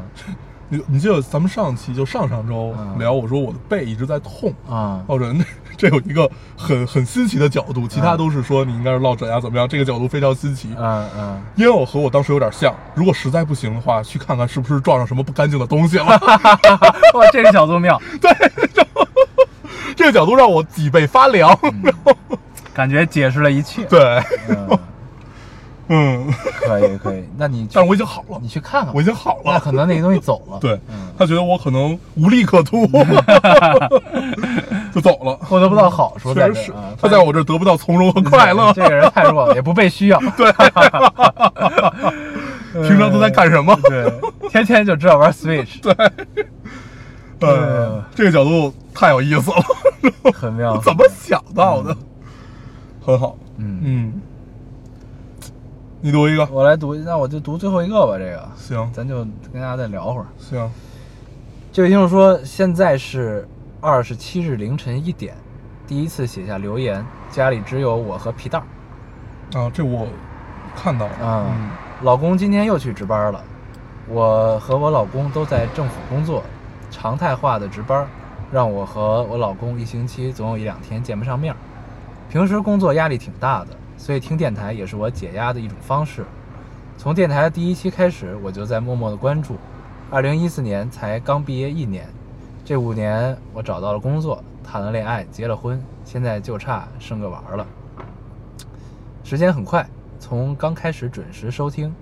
[SPEAKER 2] 你你记得咱们上期就上上周
[SPEAKER 1] 嗯
[SPEAKER 2] 聊，我说我的背一直在痛，
[SPEAKER 1] 啊
[SPEAKER 2] 落枕，哦 这有一个很很新奇的角度，其他都是说你应该是落枕啊怎么样，这个角度非常新奇。
[SPEAKER 1] 嗯嗯，
[SPEAKER 2] 因为我和我当时有点像，如果实在不行的话，去看看是不是撞上什么不干净的东西 了。
[SPEAKER 1] 哇，这个角度妙，
[SPEAKER 2] 这个角度让我脊背发凉。
[SPEAKER 1] 嗯感觉解释了一切，
[SPEAKER 2] 对，
[SPEAKER 1] 嗯，
[SPEAKER 2] 嗯，
[SPEAKER 1] 可以可以，那你去
[SPEAKER 2] 但是我已经好了
[SPEAKER 1] 你，去看看吧，
[SPEAKER 2] 我已经好
[SPEAKER 1] 那
[SPEAKER 2] 了。
[SPEAKER 1] 可能那个东西走了，
[SPEAKER 2] 对
[SPEAKER 1] 嗯，
[SPEAKER 2] 他觉得我可能无利可 图，就走了。
[SPEAKER 1] 获得不到好处，
[SPEAKER 2] 确
[SPEAKER 1] 在
[SPEAKER 2] 实
[SPEAKER 1] 这
[SPEAKER 2] 是
[SPEAKER 1] 啊，
[SPEAKER 2] 他在我这得不到从容和
[SPEAKER 1] 嗯
[SPEAKER 2] 快乐。
[SPEAKER 1] 这个人太弱了，也不被需要，对，
[SPEAKER 2] 平常都在干什么？
[SPEAKER 1] 嗯对， 天天就知道玩 Switch，对，
[SPEAKER 2] 呃，这个角度太有意思了。
[SPEAKER 1] 很妙，
[SPEAKER 2] 怎么想到的？很好，
[SPEAKER 1] 嗯
[SPEAKER 2] 嗯，你读一个，
[SPEAKER 1] 我来读，那我就读最后一个吧。这个，
[SPEAKER 2] 行
[SPEAKER 1] 咱就跟大家再聊会儿。
[SPEAKER 2] 行，
[SPEAKER 1] 这位听众说，现在是二十七日凌晨一点，第一次写下留言，家里只有我和皮蛋儿。
[SPEAKER 2] 啊，这我看到了，
[SPEAKER 1] 嗯，老公今天又去值班了，我和我老公都在政府工作，常态化的值班，让我和我老公一星期总有一两天见不上面儿。平时工作压力挺大的，所以听电台也是我解压的一种方式。从电台的第一期开始，我就在默默的关注。二零一四年才刚毕业一年，这五年我找到了工作，谈了恋爱，结了婚，现在就差生个娃儿了。时间很快，从刚开始准时收听，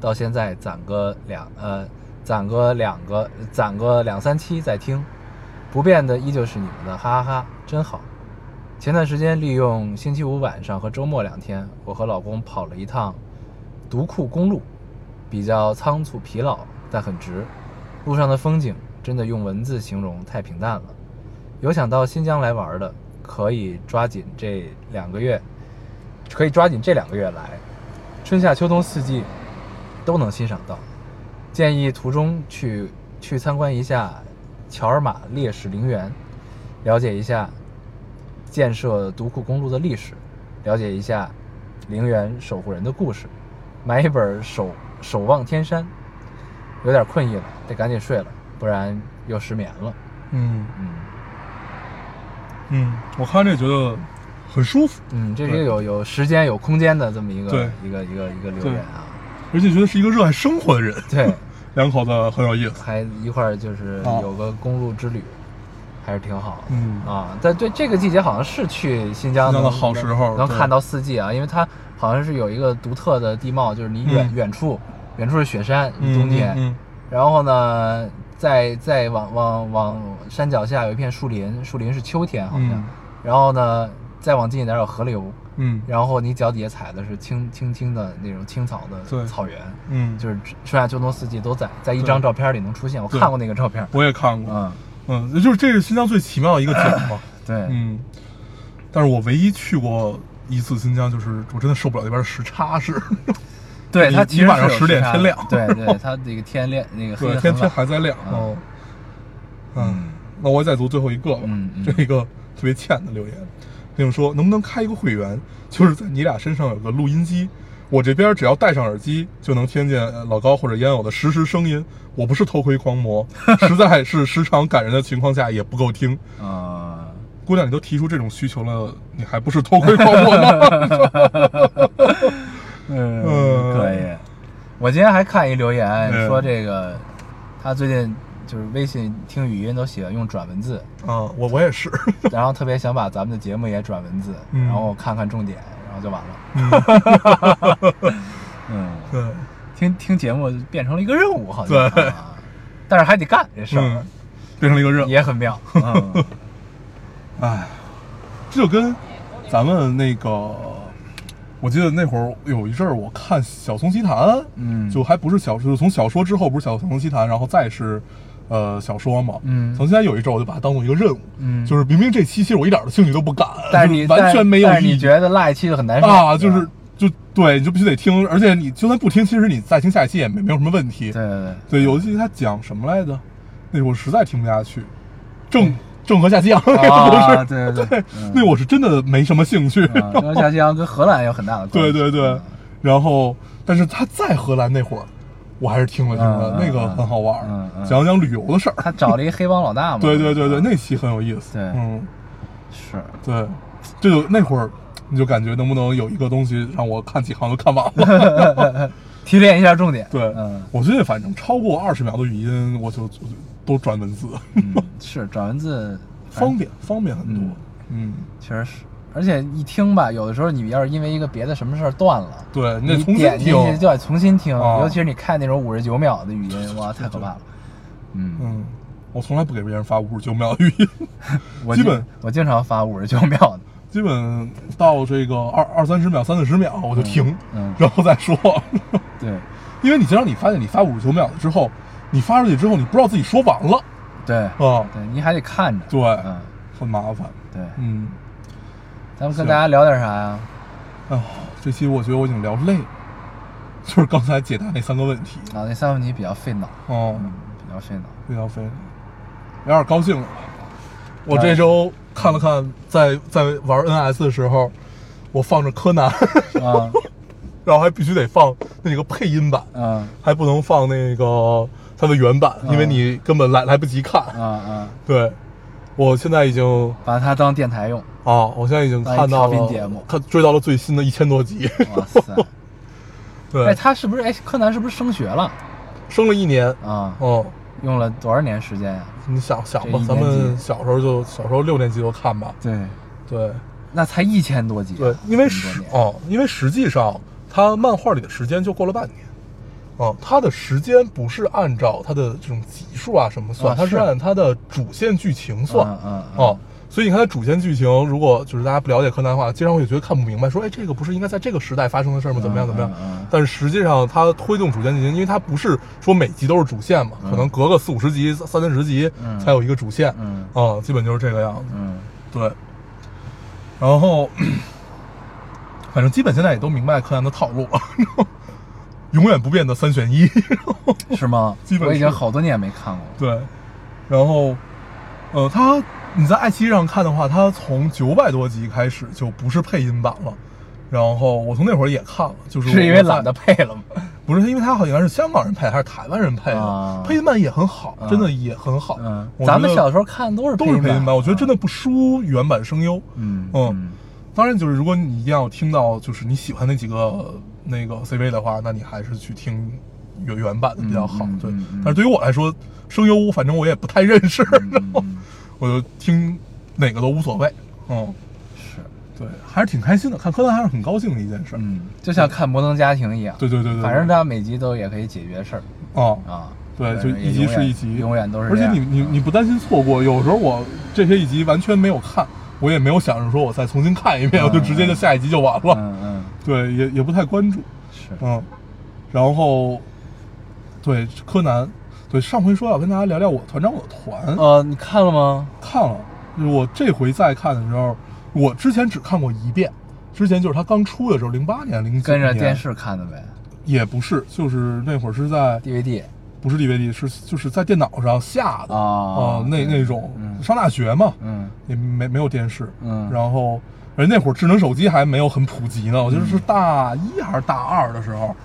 [SPEAKER 1] 到现在攒个两呃，攒个两个，攒个两三期再听，不变的依旧是你们的哈哈哈，真好。前段时间利用星期五晚上和周末两天，我和老公跑了一趟独库公路，比较仓促疲劳，但很值。路上的风景真的用文字形容太平淡了。有想到新疆来玩的，可以抓紧这两个月，可以抓紧这两个月来，春夏秋冬四季都能欣赏到。建议途中去去参观一下乔尔玛烈士陵园，了解一下建设独库公路的历史，了解一下陵园守护人的故事，买一本《守守望天山》。有点困意了，得赶紧睡了，不然又失眠了。
[SPEAKER 2] 嗯
[SPEAKER 1] 嗯
[SPEAKER 2] 嗯，我看这觉得很舒服，
[SPEAKER 1] 嗯，这是一个
[SPEAKER 2] 对
[SPEAKER 1] 有有时间有空间的这么一个
[SPEAKER 2] 对
[SPEAKER 1] 一个一个一 个留
[SPEAKER 2] 对
[SPEAKER 1] 言啊。
[SPEAKER 2] 而且觉得是一个热爱生活的人，
[SPEAKER 1] 对，
[SPEAKER 2] 两口子很有意思。
[SPEAKER 1] 还一块儿就是
[SPEAKER 2] 哦
[SPEAKER 1] 有个公路之旅，还是挺好的。
[SPEAKER 2] 嗯
[SPEAKER 1] 啊，但对这个季节好像是去新
[SPEAKER 2] 新疆
[SPEAKER 1] 疆
[SPEAKER 2] 的
[SPEAKER 1] 能
[SPEAKER 2] 好时候
[SPEAKER 1] 能
[SPEAKER 2] 对
[SPEAKER 1] 看到四季啊，因为它好像是有一个独特的地貌，就是你远、
[SPEAKER 2] 嗯
[SPEAKER 1] 远处远处是雪山，冬
[SPEAKER 2] 嗯
[SPEAKER 1] 天，
[SPEAKER 2] 嗯
[SPEAKER 1] 然后呢，再再往往往山脚下有一片树林，树林是秋天好像。
[SPEAKER 2] 嗯
[SPEAKER 1] 然后呢，再往近一点有河流，
[SPEAKER 2] 嗯
[SPEAKER 1] 然后你脚底下踩的是青青青的那种青草的
[SPEAKER 2] 对
[SPEAKER 1] 草原，
[SPEAKER 2] 嗯，
[SPEAKER 1] 就是春夏秋冬四季都在，在一
[SPEAKER 2] 对
[SPEAKER 1] 张照片里能出现。我
[SPEAKER 2] 对
[SPEAKER 1] 看过那个照片，
[SPEAKER 2] 我也看过，
[SPEAKER 1] 嗯，
[SPEAKER 2] 嗯，就是这是新疆最奇妙的一个景嘛。
[SPEAKER 1] 对，
[SPEAKER 2] 嗯，但是我唯一去过一次新疆，就是我真的受不了那边的时差是，
[SPEAKER 1] 对，
[SPEAKER 2] 你
[SPEAKER 1] 它其
[SPEAKER 2] 你
[SPEAKER 1] 实
[SPEAKER 2] 晚上
[SPEAKER 1] 是有
[SPEAKER 2] 10点
[SPEAKER 1] 时差
[SPEAKER 2] 天
[SPEAKER 1] 的
[SPEAKER 2] 亮
[SPEAKER 1] 对对，它这个天亮那 个黑
[SPEAKER 2] 对，
[SPEAKER 1] 得
[SPEAKER 2] 天
[SPEAKER 1] 很
[SPEAKER 2] 天
[SPEAKER 1] 晚
[SPEAKER 2] 还在亮。
[SPEAKER 1] 嗯
[SPEAKER 2] 哦，嗯，那我再读最后一个吧，
[SPEAKER 1] 嗯嗯
[SPEAKER 2] 这一个特别欠的留言，听说能不能开一个会员，就是在你俩身上有个录音机。我这边只要戴上耳机，就能听见呃老高或者烟偶的实时声音。我不是偷窥狂 魔，实在是时常感人的情况下也不够听。
[SPEAKER 1] 啊，
[SPEAKER 2] 姑娘，你都提出这种需求了，你还不是偷窥狂魔 吗？
[SPEAKER 1] 嗯，
[SPEAKER 2] 嗯
[SPEAKER 1] 可以。我今天还看一留言
[SPEAKER 2] 嗯
[SPEAKER 1] 说这个，他最近就是微信听语音都喜欢用转文字，
[SPEAKER 2] 啊，我我也是，
[SPEAKER 1] 然后特别想把咱们的节目也转文字，
[SPEAKER 2] 嗯
[SPEAKER 1] 然后看看重点，然后就完了。嗯，
[SPEAKER 2] 对，
[SPEAKER 1] 听听节目变成了一个任务，好像。
[SPEAKER 2] 对
[SPEAKER 1] 啊但是还得干这事儿
[SPEAKER 2] 嗯，，变成了一个热，
[SPEAKER 1] 也很妙。嗯
[SPEAKER 2] 哎，这就跟咱们那个，我记得那会儿有一阵儿我看《小松奇谈》，
[SPEAKER 1] 嗯
[SPEAKER 2] 就还不是小，就是从小说之后不是《小松奇谈》，然后再是呃小说嘛，
[SPEAKER 1] 嗯
[SPEAKER 2] 从现在有一阵儿我就把它当做一个任务，
[SPEAKER 1] 嗯
[SPEAKER 2] 就是明明这期其实我一点儿的兴趣都不感，
[SPEAKER 1] 但是
[SPEAKER 2] 就
[SPEAKER 1] 你
[SPEAKER 2] 完全没有
[SPEAKER 1] 但是
[SPEAKER 2] 意
[SPEAKER 1] 你
[SPEAKER 2] 义
[SPEAKER 1] 觉得嗯落一期就很难受
[SPEAKER 2] 啊，就
[SPEAKER 1] 吧
[SPEAKER 2] 是就对，你就必须得听，而且你就算不听，其实你再听下一期也没没有什么问题，
[SPEAKER 1] 对对对。
[SPEAKER 2] 对，有一期他讲什么来着？那我实在听不下去，郑郑和下西洋 那
[SPEAKER 1] 嗯啊
[SPEAKER 2] 个不
[SPEAKER 1] 对
[SPEAKER 2] 是，
[SPEAKER 1] 对对 嗯
[SPEAKER 2] 那我是真的没什么兴趣。
[SPEAKER 1] 啊，中国下西洋跟荷兰有很大的关
[SPEAKER 2] 对
[SPEAKER 1] 系。
[SPEAKER 2] 对对
[SPEAKER 1] 嗯，
[SPEAKER 2] 然后但是他在荷兰那会儿，我还是听了听
[SPEAKER 1] 嗯
[SPEAKER 2] 了，
[SPEAKER 1] 嗯
[SPEAKER 2] 那个很好玩
[SPEAKER 1] 嗯嗯
[SPEAKER 2] 儿，讲讲旅游的事儿。
[SPEAKER 1] 他找了一黑帮老大嘛。
[SPEAKER 2] 对对对对，
[SPEAKER 1] 啊
[SPEAKER 2] 那期很有意思。
[SPEAKER 1] 对
[SPEAKER 2] 嗯，
[SPEAKER 1] 是
[SPEAKER 2] 对，这就那会儿你就感觉能不能有一个东西让我看几行就看完 了？
[SPEAKER 1] 提炼一下重点。
[SPEAKER 2] 对
[SPEAKER 1] 嗯，
[SPEAKER 2] 我最近反正超过二十秒的语音，我就我就都转文字，
[SPEAKER 1] 嗯是转文字反
[SPEAKER 2] 方
[SPEAKER 1] 正
[SPEAKER 2] 便方便很多
[SPEAKER 1] 嗯。
[SPEAKER 2] 嗯。
[SPEAKER 1] 确实是。而且一听吧，有的时候你要是因为一个别的什么事儿断了，
[SPEAKER 2] 对，你得
[SPEAKER 1] 你
[SPEAKER 2] 重新
[SPEAKER 1] 点进
[SPEAKER 2] 听。
[SPEAKER 1] 去就得重新听，
[SPEAKER 2] 啊
[SPEAKER 1] 尤其是你看那种五十九秒的语音，哇，太可怕了。嗯，
[SPEAKER 2] 嗯，我从来不给别人发五十九秒的语音，
[SPEAKER 1] 我
[SPEAKER 2] 基
[SPEAKER 1] 经
[SPEAKER 2] 本
[SPEAKER 1] 我经常发五十九秒的，
[SPEAKER 2] 基本到这个二二三十秒、三四十秒我就停，
[SPEAKER 1] 嗯
[SPEAKER 2] 然后再说。
[SPEAKER 1] 对
[SPEAKER 2] 因为你经常你发现你发五十九秒了之后，你发出去之后你不知道自己说完了
[SPEAKER 1] 对
[SPEAKER 2] 啊，
[SPEAKER 1] 对，你还得看着。
[SPEAKER 2] 对，
[SPEAKER 1] 嗯，
[SPEAKER 2] 很麻烦。
[SPEAKER 1] 对，
[SPEAKER 2] 嗯，
[SPEAKER 1] 咱们跟大家聊点啥呀？
[SPEAKER 2] 哎呦，这期我觉得我已经聊累了，就是刚才解答那三个问题。
[SPEAKER 1] 啊，那三个问题比较费脑，
[SPEAKER 2] 哦、
[SPEAKER 1] 嗯，比较费脑。
[SPEAKER 2] 非常非常，有点高兴了。我
[SPEAKER 1] 哎
[SPEAKER 2] 这周看了看，在在玩 NS 的时候，我放着柯南，
[SPEAKER 1] 啊
[SPEAKER 2] 然后还必须得放那个配音版，
[SPEAKER 1] 啊
[SPEAKER 2] 还不能放那个它的原版，
[SPEAKER 1] 嗯
[SPEAKER 2] 因为你根本来来不及
[SPEAKER 1] 啊
[SPEAKER 2] 看。
[SPEAKER 1] 啊！
[SPEAKER 2] 对，我现在已经
[SPEAKER 1] 把它当电台用，
[SPEAKER 2] 啊，我现在已经看到
[SPEAKER 1] 当一调
[SPEAKER 2] 了
[SPEAKER 1] 频节目
[SPEAKER 2] 看追到了最新的一千多集。
[SPEAKER 1] 哇塞！哎，
[SPEAKER 2] 对，
[SPEAKER 1] 他是不是哎，柯南是不是升学了
[SPEAKER 2] 升了一年。
[SPEAKER 1] 啊？
[SPEAKER 2] 哦，
[SPEAKER 1] 用了多少年时间呀？
[SPEAKER 2] 你想想
[SPEAKER 1] 这一
[SPEAKER 2] 吧，
[SPEAKER 1] 年
[SPEAKER 2] 咱们
[SPEAKER 1] 级
[SPEAKER 2] 小时候就小时候六年级就看吧。
[SPEAKER 1] 对，
[SPEAKER 2] 对，
[SPEAKER 1] 那才一千多集啊。
[SPEAKER 2] 对，因为
[SPEAKER 1] 这么
[SPEAKER 2] 实
[SPEAKER 1] 多年
[SPEAKER 2] 哦，因为实际上他漫画里的时间就过了半年，哦，他的时间不是按照他的这种集数啊什么算，
[SPEAKER 1] 啊
[SPEAKER 2] 他是
[SPEAKER 1] 是
[SPEAKER 2] 按他的主线剧情算，
[SPEAKER 1] 嗯嗯嗯
[SPEAKER 2] 哦，所以你看它主线剧情，如果就是大家不了解柯南的话，经常会觉得看不明白，说哎，这个不是应该在这个时代发生的事儿吗？怎么样怎么样
[SPEAKER 1] 嗯嗯嗯？
[SPEAKER 2] 但是实际上它推动主线剧情，因为它不是说每集都是主线嘛，可能隔个四五十集、三四十集
[SPEAKER 1] 嗯
[SPEAKER 2] 才有一个主线，
[SPEAKER 1] 嗯
[SPEAKER 2] 啊，基本就是这个样子。
[SPEAKER 1] 嗯
[SPEAKER 2] 对，然后 反正基本现在也都明白柯南的套路了， 然后永远不变的三选一。然后
[SPEAKER 1] 是吗？
[SPEAKER 2] 基本
[SPEAKER 1] 我已经
[SPEAKER 2] 是
[SPEAKER 1] 好多年没看过了。
[SPEAKER 2] 对，然后呃，它你在爱奇艺上看的话，它从九百多集开始就不是配音版了。然后我从那会儿也看了，就是
[SPEAKER 1] 是因为
[SPEAKER 2] 我在
[SPEAKER 1] 懒得，配了吗？
[SPEAKER 2] 不是因为它好像是香港人配还是台湾人配的，
[SPEAKER 1] 啊
[SPEAKER 2] 配音版也很好，
[SPEAKER 1] 啊
[SPEAKER 2] 真的也很好。
[SPEAKER 1] 嗯，
[SPEAKER 2] 我
[SPEAKER 1] 咱们
[SPEAKER 2] 觉得
[SPEAKER 1] 小时候看的都是
[SPEAKER 2] 都是配音版，我觉得真
[SPEAKER 1] 的，
[SPEAKER 2] 的不输原版声优。
[SPEAKER 1] 嗯
[SPEAKER 2] 嗯，当然，就是如果你一定要听到就是你喜欢那几个呃那个 CV 的话，那你还是去听原原版的比较好。
[SPEAKER 1] 嗯嗯
[SPEAKER 2] 对
[SPEAKER 1] 嗯嗯，
[SPEAKER 2] 但是对于我来说，声优反正我也不太认识，然后
[SPEAKER 1] 嗯
[SPEAKER 2] 我就听哪个都无所谓。嗯，
[SPEAKER 1] 是，
[SPEAKER 2] 对，还是挺开心的，看柯南还是很高兴的一件事。
[SPEAKER 1] 嗯，就像看《摩登家庭》一样，
[SPEAKER 2] 对对对对，对
[SPEAKER 1] 反正它每集都也可以解决事儿
[SPEAKER 2] 啊，
[SPEAKER 1] 啊。
[SPEAKER 2] 对，
[SPEAKER 1] 反
[SPEAKER 2] 就
[SPEAKER 1] 正
[SPEAKER 2] 一集
[SPEAKER 1] 永
[SPEAKER 2] 是
[SPEAKER 1] 远
[SPEAKER 2] 一集，
[SPEAKER 1] 永远都是
[SPEAKER 2] 而
[SPEAKER 1] 这
[SPEAKER 2] 且
[SPEAKER 1] 样。啊
[SPEAKER 2] 你你你不担心错过？有时候我这些一集完全没有看，我也没有想着说我再重新看一遍，
[SPEAKER 1] 嗯
[SPEAKER 2] 我就直接就下一集就完了。
[SPEAKER 1] 嗯嗯
[SPEAKER 2] 对，也也不太关注。
[SPEAKER 1] 是，
[SPEAKER 2] 嗯，然后对柯南，对上回说要跟大家聊聊我团长我团、
[SPEAKER 1] 呃，你看了吗？
[SPEAKER 2] 看了，我这回再看的时候，我之前只看过一遍，之前就是他刚出的时候，零八年零九
[SPEAKER 1] 跟
[SPEAKER 2] 年
[SPEAKER 1] 着电视看的呗
[SPEAKER 2] 也不是，就是那会儿是在
[SPEAKER 1] ，DVD
[SPEAKER 2] 不是 DVD 是就是在电脑上下的
[SPEAKER 1] 啊
[SPEAKER 2] 啊那
[SPEAKER 1] 对
[SPEAKER 2] 那种
[SPEAKER 1] 嗯
[SPEAKER 2] 上大学嘛，
[SPEAKER 1] 嗯
[SPEAKER 2] 也没没有电视，
[SPEAKER 1] 嗯
[SPEAKER 2] 然后而那会儿智能手机还没有很普及呢，我记得
[SPEAKER 1] 嗯
[SPEAKER 2] 是大一还是大二的时候，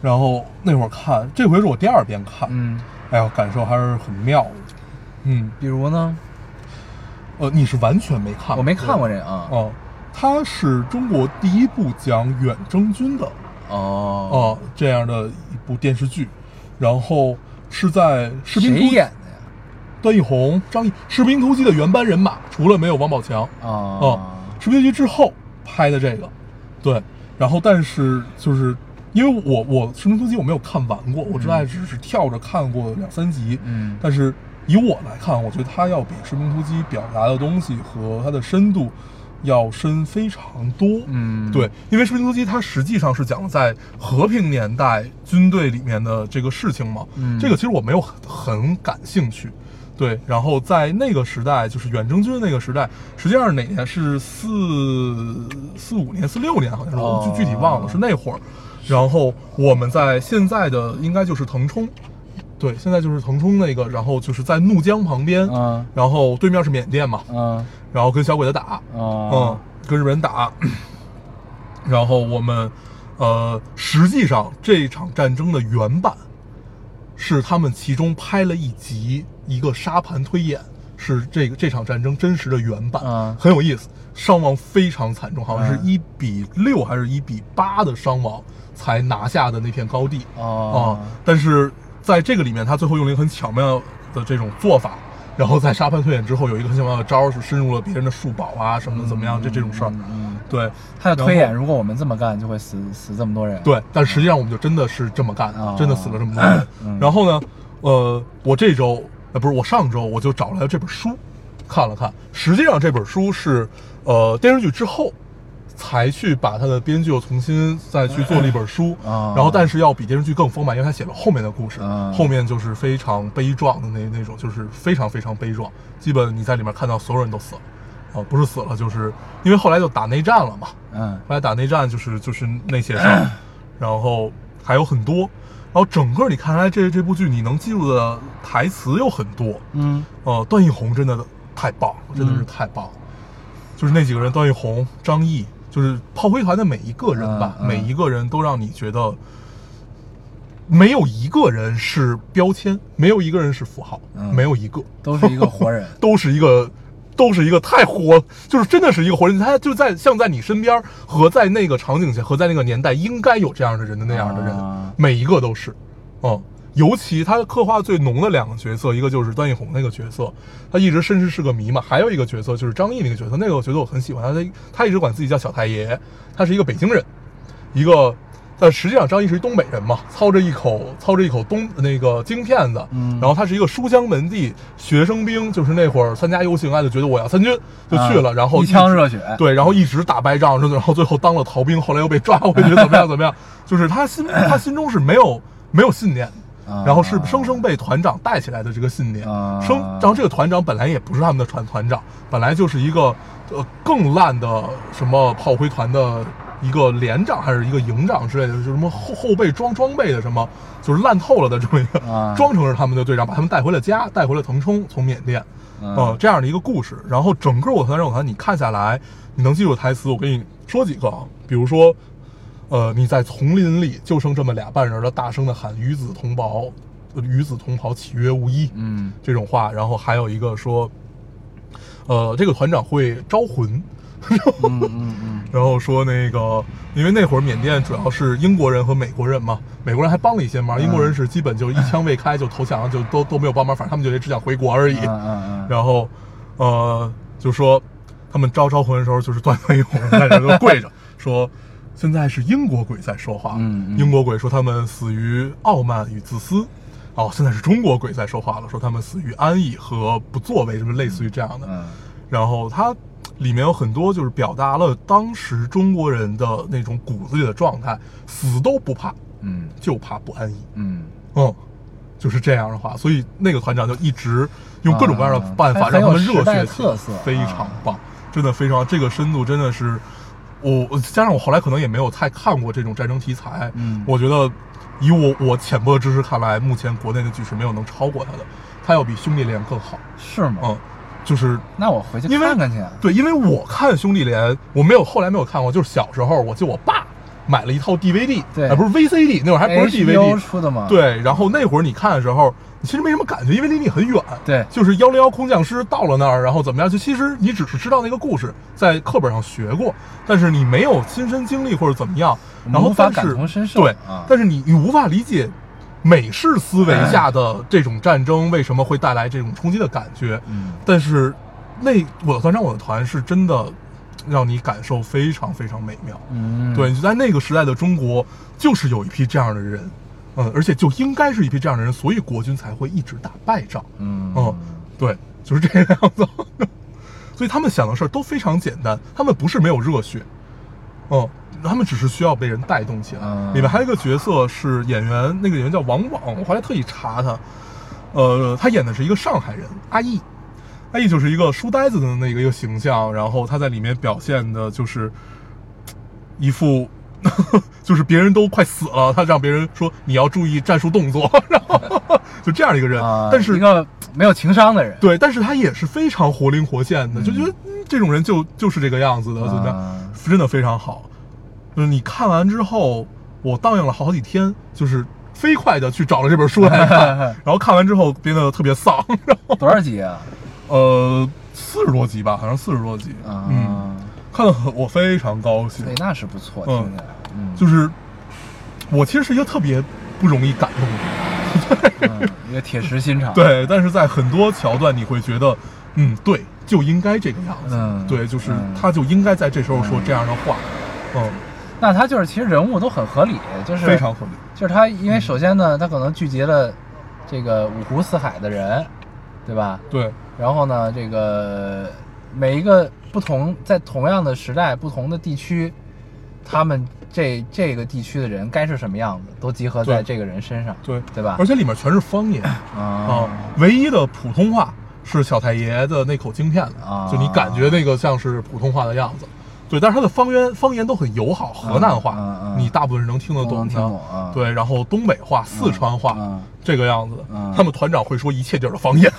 [SPEAKER 2] 然后那会儿看，这回是我第二遍看，
[SPEAKER 1] 嗯，
[SPEAKER 2] 哎呀，感受还是很妙的，嗯，
[SPEAKER 1] 比如呢，
[SPEAKER 2] 呃，你是完全没看过，
[SPEAKER 1] 我没看过这个啊。
[SPEAKER 2] 哦、它是中国第一部讲远征军的
[SPEAKER 1] 哦
[SPEAKER 2] 哦、这样的一部电视剧，然后是在《士兵突
[SPEAKER 1] 谁
[SPEAKER 2] 击》
[SPEAKER 1] 演的呀？
[SPEAKER 2] 段奕宏、张译，《士兵突击》的原班人马，除了没有王宝强，哦
[SPEAKER 1] 哦，
[SPEAKER 2] 《士兵突击》之后拍的这个，对，然后但是就是因为我我《士兵突击》我没有看完过，我之前只是跳着看过两三集，
[SPEAKER 1] 嗯
[SPEAKER 2] 但是以我来看，我觉得它要比《士兵突击》表达的东西和它的深度要深非常多，
[SPEAKER 1] 嗯
[SPEAKER 2] 对，因为《士兵突击》它实际上是讲了在和平年代军队里面的这个事情嘛，
[SPEAKER 1] 嗯
[SPEAKER 2] 这个其实我没有很很感兴趣。对，然后在那个时代，就是远征军那个时代，实际上是哪年？是四四五年、四六年，好像是，我
[SPEAKER 1] 哦
[SPEAKER 2] 具具体忘了，是那会儿。然后我们在现在的应该就是腾冲，对，现在就是腾冲那个，然后就是在怒江旁边，
[SPEAKER 1] 嗯
[SPEAKER 2] 然后对面是缅甸嘛，
[SPEAKER 1] 嗯
[SPEAKER 2] 然后跟小鬼子打，嗯
[SPEAKER 1] 哦，
[SPEAKER 2] 跟日本人打。然后我们，呃，实际上这场战争的原版是他们其中拍了一集，一个沙盘推演，是这个这场战争真实的原版，
[SPEAKER 1] 嗯
[SPEAKER 2] 很有意思。伤亡非常惨重，好像是
[SPEAKER 1] 嗯
[SPEAKER 2] 一比六还是一比八的伤亡才拿下的那片高地。啊
[SPEAKER 1] 哦，
[SPEAKER 2] 但是在这个里面，他最后用了一个很巧妙的这种做法，然后在沙盘推演之后，有一个很巧妙的招儿，是深入了别人的树堡啊什么的，怎么样，这这种事儿，
[SPEAKER 1] 嗯，
[SPEAKER 2] 对
[SPEAKER 1] 他的推演，如果我们这么干，就会死死这么多人。，
[SPEAKER 2] 对，但实际上我们就真的是这么干的
[SPEAKER 1] 啊，
[SPEAKER 2] 真的死了这么多人。 然后呢，呃，我这周呃不是我上周我就找来了这本书看了看，实际上这本书是呃电视剧之后。才去把它的编剧又重新再去做了一本书，
[SPEAKER 1] 啊
[SPEAKER 2] 然后但是要比电视剧更丰满，因为他写了后面的故事，
[SPEAKER 1] 啊
[SPEAKER 2] 后面就是非常悲壮的那那种，就是非常非常悲壮，基本你在里面看到所有人都死了，啊、不是死了，就是因为后来就打内战了嘛，
[SPEAKER 1] 嗯
[SPEAKER 2] 后来打内战就是就是那些事 儿，然后还有很多，然后整个你看来这这部剧你能记住的台词有很多，
[SPEAKER 1] 嗯
[SPEAKER 2] 呃，段奕宏真的太棒了，真的是太棒了，就是那几个人，段奕宏、张译，就是炮灰团的每一个人吧，
[SPEAKER 1] 嗯嗯
[SPEAKER 2] 每一个人都让你觉得没有一个人是标签，没有一个人是符号，
[SPEAKER 1] 嗯
[SPEAKER 2] 没有一个，
[SPEAKER 1] 都是一个活人
[SPEAKER 2] 都是一个，都是一个太活，就是真的是一个活人，他就在像在你身边和在那个场景下和在那个年代应该有这样的人的那样的人，
[SPEAKER 1] 啊
[SPEAKER 2] 每一个都是，嗯。尤其他刻画最浓的两个角色，一个就是段奕宏那个角色，他一直身世是个谜嘛；还有一个角色就是张译那个角色，那个角色我很喜欢他，他他一直管自己叫小太爷，他是一个北京人，一个在呃，实际上张译是一东北人嘛，操着一口操着一口东那个京片子，
[SPEAKER 1] 嗯
[SPEAKER 2] 然后他是一个书香门第学生兵，就是那会儿参加游行啊，就觉得我要参军，就去了，
[SPEAKER 1] 啊
[SPEAKER 2] 然后
[SPEAKER 1] 一腔热血
[SPEAKER 2] 对，然后一直打败仗，然后最后当了逃兵，后来又被抓回去，怎么样怎么样，就是他 心他心中是没有没有信念的。
[SPEAKER 1] 啊
[SPEAKER 2] 然后是生生被团长带起来的这个信念，
[SPEAKER 1] 啊
[SPEAKER 2] 生，然后这个团长本来也不是他们的团团长，本来就是一个呃更烂的什么炮灰团的一个连长还是一个营长之类的，就是什么后后备装装备的什么，就是烂透了的这么一个，
[SPEAKER 1] 啊
[SPEAKER 2] 装成是他们的队长，把他们带回了家，带回了腾冲，从缅甸，
[SPEAKER 1] 嗯
[SPEAKER 2] 呃这样的一个故事。然后整个《我团让我团》，你看下来，你能记住的台词，我给你说几个啊，比如说。呃，你在丛林里就剩这么俩半人了，大声的喊“与子同袍，呃与子同袍，岂曰无衣”
[SPEAKER 1] 嗯
[SPEAKER 2] 这种话。然后还有一个说，呃，这个团长会招魂，
[SPEAKER 1] 嗯嗯嗯
[SPEAKER 2] 然后说那个，因为那会儿缅甸主要是英国人和美国人嘛，美国人还帮了一些忙，英国人是基本就一枪未开就投降，就都都没有帮忙，反正他们就也只想回国而已。
[SPEAKER 1] 嗯嗯嗯，
[SPEAKER 2] 然后，呃，就说他们招招魂的时候，就是端端一红在那都 跪着说，现在是英国鬼在说话。
[SPEAKER 1] 嗯嗯
[SPEAKER 2] 英国鬼说他们死于傲慢与自私。哦，现在是中国鬼在说话了，说他们死于安逸和不作为，什么类似于这样的。
[SPEAKER 1] 嗯
[SPEAKER 2] 然后它里面有很多就是表达了当时中国人的那种骨子里的状态，死都不怕，
[SPEAKER 1] 嗯
[SPEAKER 2] 就怕不安逸。
[SPEAKER 1] 嗯，
[SPEAKER 2] 嗯，就是这样的话，所以那个团长就一直用各种各样的
[SPEAKER 1] 啊
[SPEAKER 2] 办法
[SPEAKER 1] 还
[SPEAKER 2] 让他们热
[SPEAKER 1] 很有时
[SPEAKER 2] 血
[SPEAKER 1] 代
[SPEAKER 2] 起来
[SPEAKER 1] 特色啊
[SPEAKER 2] 非常棒，真的非常这个深度真的是我我加上我后来可能也没有太看过这种战争题材，
[SPEAKER 1] 嗯
[SPEAKER 2] 我觉得以我我浅薄的知识看来，目前国内的剧是没有能超过它的，它要比兄弟连更好，
[SPEAKER 1] 是吗？
[SPEAKER 2] 嗯，就是
[SPEAKER 1] 那我回去
[SPEAKER 2] 因为
[SPEAKER 1] 看看去。啊
[SPEAKER 2] 对，因为我看兄弟连，我没有后来没有看过，就是小时候我就我爸买了一套 DVD，
[SPEAKER 1] 对哎
[SPEAKER 2] 啊不是 VCD，那会儿还不是
[SPEAKER 1] HBO
[SPEAKER 2] DVD
[SPEAKER 1] 出的嘛？
[SPEAKER 2] 对，然后那会儿你看的时候，你其实没什么感觉，因为离你很远。
[SPEAKER 1] 对
[SPEAKER 2] 就是幺零幺空降师到了那儿，然后怎么样？就其实你只是知道那个故事，在课本上学过，但是你没有亲身经历或者怎么样，
[SPEAKER 1] 我
[SPEAKER 2] 然
[SPEAKER 1] 们
[SPEAKER 2] 后
[SPEAKER 1] 嗯无法
[SPEAKER 2] 但是
[SPEAKER 1] 感同身受
[SPEAKER 2] 对，
[SPEAKER 1] 啊
[SPEAKER 2] 但是你你无法理解。美式思维下的这种战争为什么会带来这种冲击的感觉？
[SPEAKER 1] 嗯
[SPEAKER 2] 但是那我的团长我的团是真的让你感受非常非常美妙。
[SPEAKER 1] 嗯，
[SPEAKER 2] 对，就在那个时代的中国，就是有一批这样的人，嗯，而且就应该是一批这样的人，所以国军才会一直打败仗。
[SPEAKER 1] 嗯
[SPEAKER 2] 嗯，对，就是这个样子。所以他们想的事儿都非常简单，他们不是没有热血，嗯，他们只是需要被人带动起来。
[SPEAKER 1] 嗯
[SPEAKER 2] 里面还有一个角色是演员，那个演员叫王网，我后来特意查他，呃，他演的是一个上海人阿义，阿义就是一个书呆子的那个一个形象，然后他在里面表现的就是一副。 就是别人都快死了，他让别人说你要注意战术动作，然后 就这样一个人。
[SPEAKER 1] 啊，
[SPEAKER 2] 但是
[SPEAKER 1] 一个没有情商的人，
[SPEAKER 2] 对，但是他也是非常活灵活现的，就觉得、嗯这种人就就是这个样子的，就这样
[SPEAKER 1] 啊
[SPEAKER 2] 真的非常好。就是你看完之后，我荡漾了好几天，就是飞快的去找了这本书来 看，然后看完之后变得特别丧，然后
[SPEAKER 1] 多少集啊？
[SPEAKER 2] 呃四十多集吧，好像四十多集，
[SPEAKER 1] 啊，
[SPEAKER 2] 嗯，看得很我非常高兴
[SPEAKER 1] 对，，那是不错，
[SPEAKER 2] 嗯
[SPEAKER 1] 听起来，嗯，
[SPEAKER 2] 就是我其实是一个特别不容易感动的人。
[SPEAKER 1] 嗯一个铁石心肠，，
[SPEAKER 2] 对，但是在很多桥段你会觉得，嗯，对，就应该这个样子，
[SPEAKER 1] 嗯
[SPEAKER 2] 对，就是
[SPEAKER 1] 嗯
[SPEAKER 2] 他就应该在这时候说这样的话，嗯，
[SPEAKER 1] 那他就是其实人物都很合理，就是
[SPEAKER 2] 非常合理，嗯
[SPEAKER 1] 就是他，因为首先呢，他可能聚集了这个五湖四海的人，对吧？
[SPEAKER 2] 对，
[SPEAKER 1] 然后呢，这个每一个不同在同样的时代、不同的地区，他们这这个地区的人该是什么样子，都集合
[SPEAKER 2] 对
[SPEAKER 1] 在这个人身上，
[SPEAKER 2] 对
[SPEAKER 1] 对吧
[SPEAKER 2] 而？且里面全是方言啊
[SPEAKER 1] 啊，
[SPEAKER 2] 唯一的普通话是小太爷的那口京片子，
[SPEAKER 1] 啊
[SPEAKER 2] 就你感觉那个像是普通话的样子。对，但是他的方言方言都很友好，河南话、
[SPEAKER 1] 嗯嗯嗯
[SPEAKER 2] 你大部分人能听得
[SPEAKER 1] 都
[SPEAKER 2] 懂
[SPEAKER 1] 能
[SPEAKER 2] 的，
[SPEAKER 1] 听懂啊
[SPEAKER 2] 对，然后东北话、四川话、
[SPEAKER 1] 嗯
[SPEAKER 2] 这个样子、
[SPEAKER 1] 嗯
[SPEAKER 2] 他们团长会说一切地儿的方言，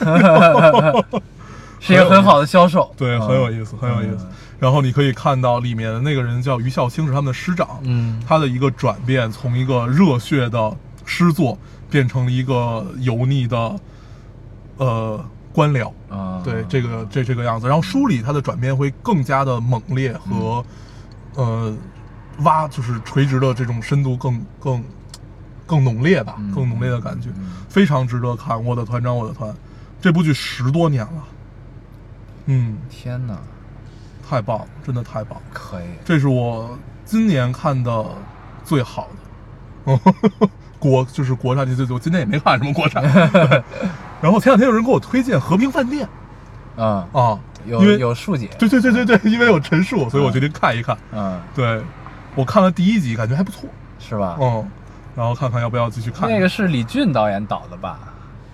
[SPEAKER 1] 是一个很好的销售，
[SPEAKER 2] 对，很有意思，很有意思
[SPEAKER 1] 嗯。
[SPEAKER 2] 然后你可以看到里面的那个人叫于孝清，是他们的师长，
[SPEAKER 1] 嗯
[SPEAKER 2] 他的一个转变，从一个热血的诗作变成了一个油腻的，呃，官僚。
[SPEAKER 1] 啊，
[SPEAKER 2] 对，这个这这个样子。然后书里他的转变会更加的猛烈和，呃，挖就是垂直的这种深度更更更浓烈吧，
[SPEAKER 1] 嗯
[SPEAKER 2] 更浓烈的感觉
[SPEAKER 1] 嗯，
[SPEAKER 2] 非常值得看。我的团长，我的团，这部剧十多年了，嗯，
[SPEAKER 1] 天哪，
[SPEAKER 2] 太棒了，真的太棒了！
[SPEAKER 1] 可以，
[SPEAKER 2] 这是我今年看的最好的， 国就是国产剧最多，今天也没看什么国产。 然后前两天有人给我推荐《和平饭店
[SPEAKER 1] 嗯，》
[SPEAKER 2] 啊，
[SPEAKER 1] 有
[SPEAKER 2] 因为
[SPEAKER 1] 有树姐，
[SPEAKER 2] 对对对对对，因为有陈数，所以我决定看一看。
[SPEAKER 1] 嗯，
[SPEAKER 2] 对，我看了第一集，感觉还不错，
[SPEAKER 1] 是吧？
[SPEAKER 2] 嗯，然后看看要不要继续看。
[SPEAKER 1] 那个是李俊导演导的吧？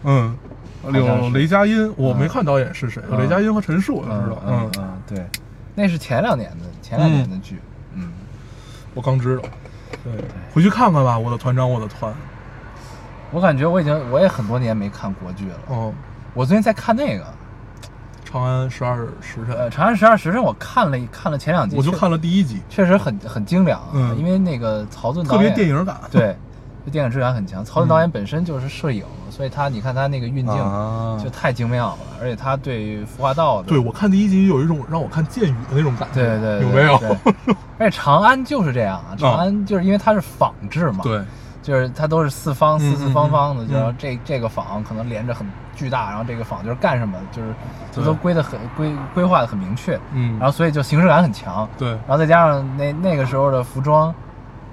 [SPEAKER 2] 嗯，
[SPEAKER 1] 像
[SPEAKER 2] 有
[SPEAKER 1] 是
[SPEAKER 2] 雷佳音，我
[SPEAKER 1] 嗯
[SPEAKER 2] 没看导演是谁，有雷佳音和陈数，我知道。
[SPEAKER 1] 嗯
[SPEAKER 2] 嗯，
[SPEAKER 1] 嗯，对，那是前两年的前两年的剧，嗯，
[SPEAKER 2] 我刚知道。对，回去看看吧，我的团长，我的团。
[SPEAKER 1] 我感觉我已经我也很多年没看国剧了。
[SPEAKER 2] 嗯，
[SPEAKER 1] 我最近在看那个，
[SPEAKER 2] 长安十二时
[SPEAKER 1] 呃，《
[SPEAKER 2] 辰，
[SPEAKER 1] 长安十二时辰》，我看了一看了前两集，
[SPEAKER 2] 我就
[SPEAKER 1] 确
[SPEAKER 2] 看了第一集，
[SPEAKER 1] 确实很很精良啊，
[SPEAKER 2] 嗯
[SPEAKER 1] 因为那个曹盾
[SPEAKER 2] 特
[SPEAKER 1] 导
[SPEAKER 2] 别
[SPEAKER 1] 演
[SPEAKER 2] 电影感。嗯
[SPEAKER 1] 对，就电影质感很强。曹盾导演本身就是摄影，所以他你看他那个运镜
[SPEAKER 2] 啊
[SPEAKER 1] 就太精妙了，而且他对服化道的，
[SPEAKER 2] 对，我看第一集有一种让我看剑雨的那种感觉，
[SPEAKER 1] 对对对，
[SPEAKER 2] 有没有？嗯
[SPEAKER 1] 对而且长安就是这样啊，长安就是因为它是仿制嘛，，
[SPEAKER 2] 对，
[SPEAKER 1] 就是它都是四方
[SPEAKER 2] 嗯
[SPEAKER 1] 四四方方的，
[SPEAKER 2] 嗯嗯
[SPEAKER 1] 就是这这个坊可能连着很巨大，然后这个坊就是干什么，就是这
[SPEAKER 2] 对
[SPEAKER 1] 都规的很规规划的很明确，
[SPEAKER 2] 嗯
[SPEAKER 1] 然后所以就形式感很强，
[SPEAKER 2] 对
[SPEAKER 1] 然后再加上那那个时候的服装，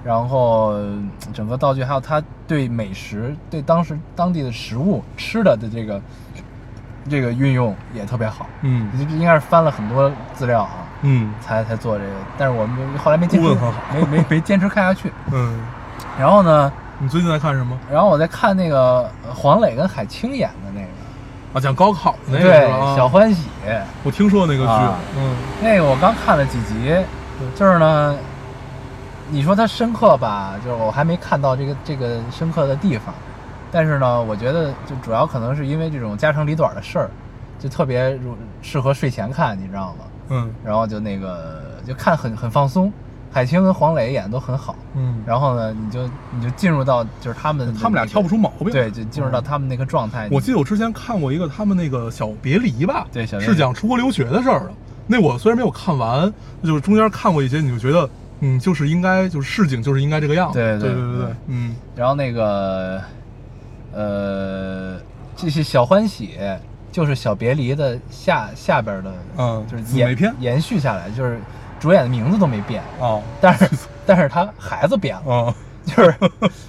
[SPEAKER 1] 然后嗯整个道具，还有他对美食、对当时当地的食物吃的的这个这个运用也特别好。
[SPEAKER 2] 嗯
[SPEAKER 1] 这应该是翻了很多资料啊，
[SPEAKER 2] 嗯
[SPEAKER 1] 才才做这个，但是我们后来没坚持
[SPEAKER 2] 顾问很好，
[SPEAKER 1] 没没没坚持看下去。
[SPEAKER 2] 嗯，
[SPEAKER 1] 然后呢，
[SPEAKER 2] 你最近在看什么？
[SPEAKER 1] 然后我在看那个呃黄磊跟海清演的那个，
[SPEAKER 2] 啊，讲高考的那个
[SPEAKER 1] 对
[SPEAKER 2] 是吧啊
[SPEAKER 1] 《小欢喜》
[SPEAKER 2] 我听说那个
[SPEAKER 1] 啊
[SPEAKER 2] 剧，嗯
[SPEAKER 1] 那个，我刚看了几集，就是呢，你说它深刻吧，就是我还没看到这个这个深刻的地方，但是呢，我觉得就主要可能是因为这种家长里短的事儿，就特别如适合睡前看，你知道吗？
[SPEAKER 2] 嗯
[SPEAKER 1] 然后就那个就看很很放松，海清跟黄磊演的都很好，
[SPEAKER 2] 嗯，
[SPEAKER 1] 然后呢，你就你就进入到就是他们的
[SPEAKER 2] 他们俩
[SPEAKER 1] 那个
[SPEAKER 2] 挑不出毛病。
[SPEAKER 1] 对，就进入到他们那个状态。
[SPEAKER 2] 我记得我之前看过一个他们那个小别离吧，
[SPEAKER 1] 对小别离
[SPEAKER 2] 是讲出国留学的事儿的。那我虽然没有看完，就是中间看过一些，你就觉得，嗯，就是应该就是市井就是应该这个样子。
[SPEAKER 1] 对
[SPEAKER 2] 对
[SPEAKER 1] 对对
[SPEAKER 2] 对
[SPEAKER 1] 对，
[SPEAKER 2] 嗯
[SPEAKER 1] 然后那个呃，这些小欢喜就是小别离的下下边的，
[SPEAKER 2] 嗯
[SPEAKER 1] 就是
[SPEAKER 2] 姊
[SPEAKER 1] 延
[SPEAKER 2] 妹篇
[SPEAKER 1] 延续下来，就是主演的名字都没变，
[SPEAKER 2] 哦
[SPEAKER 1] 但是但是他孩子变了，
[SPEAKER 2] 哦，
[SPEAKER 1] 就是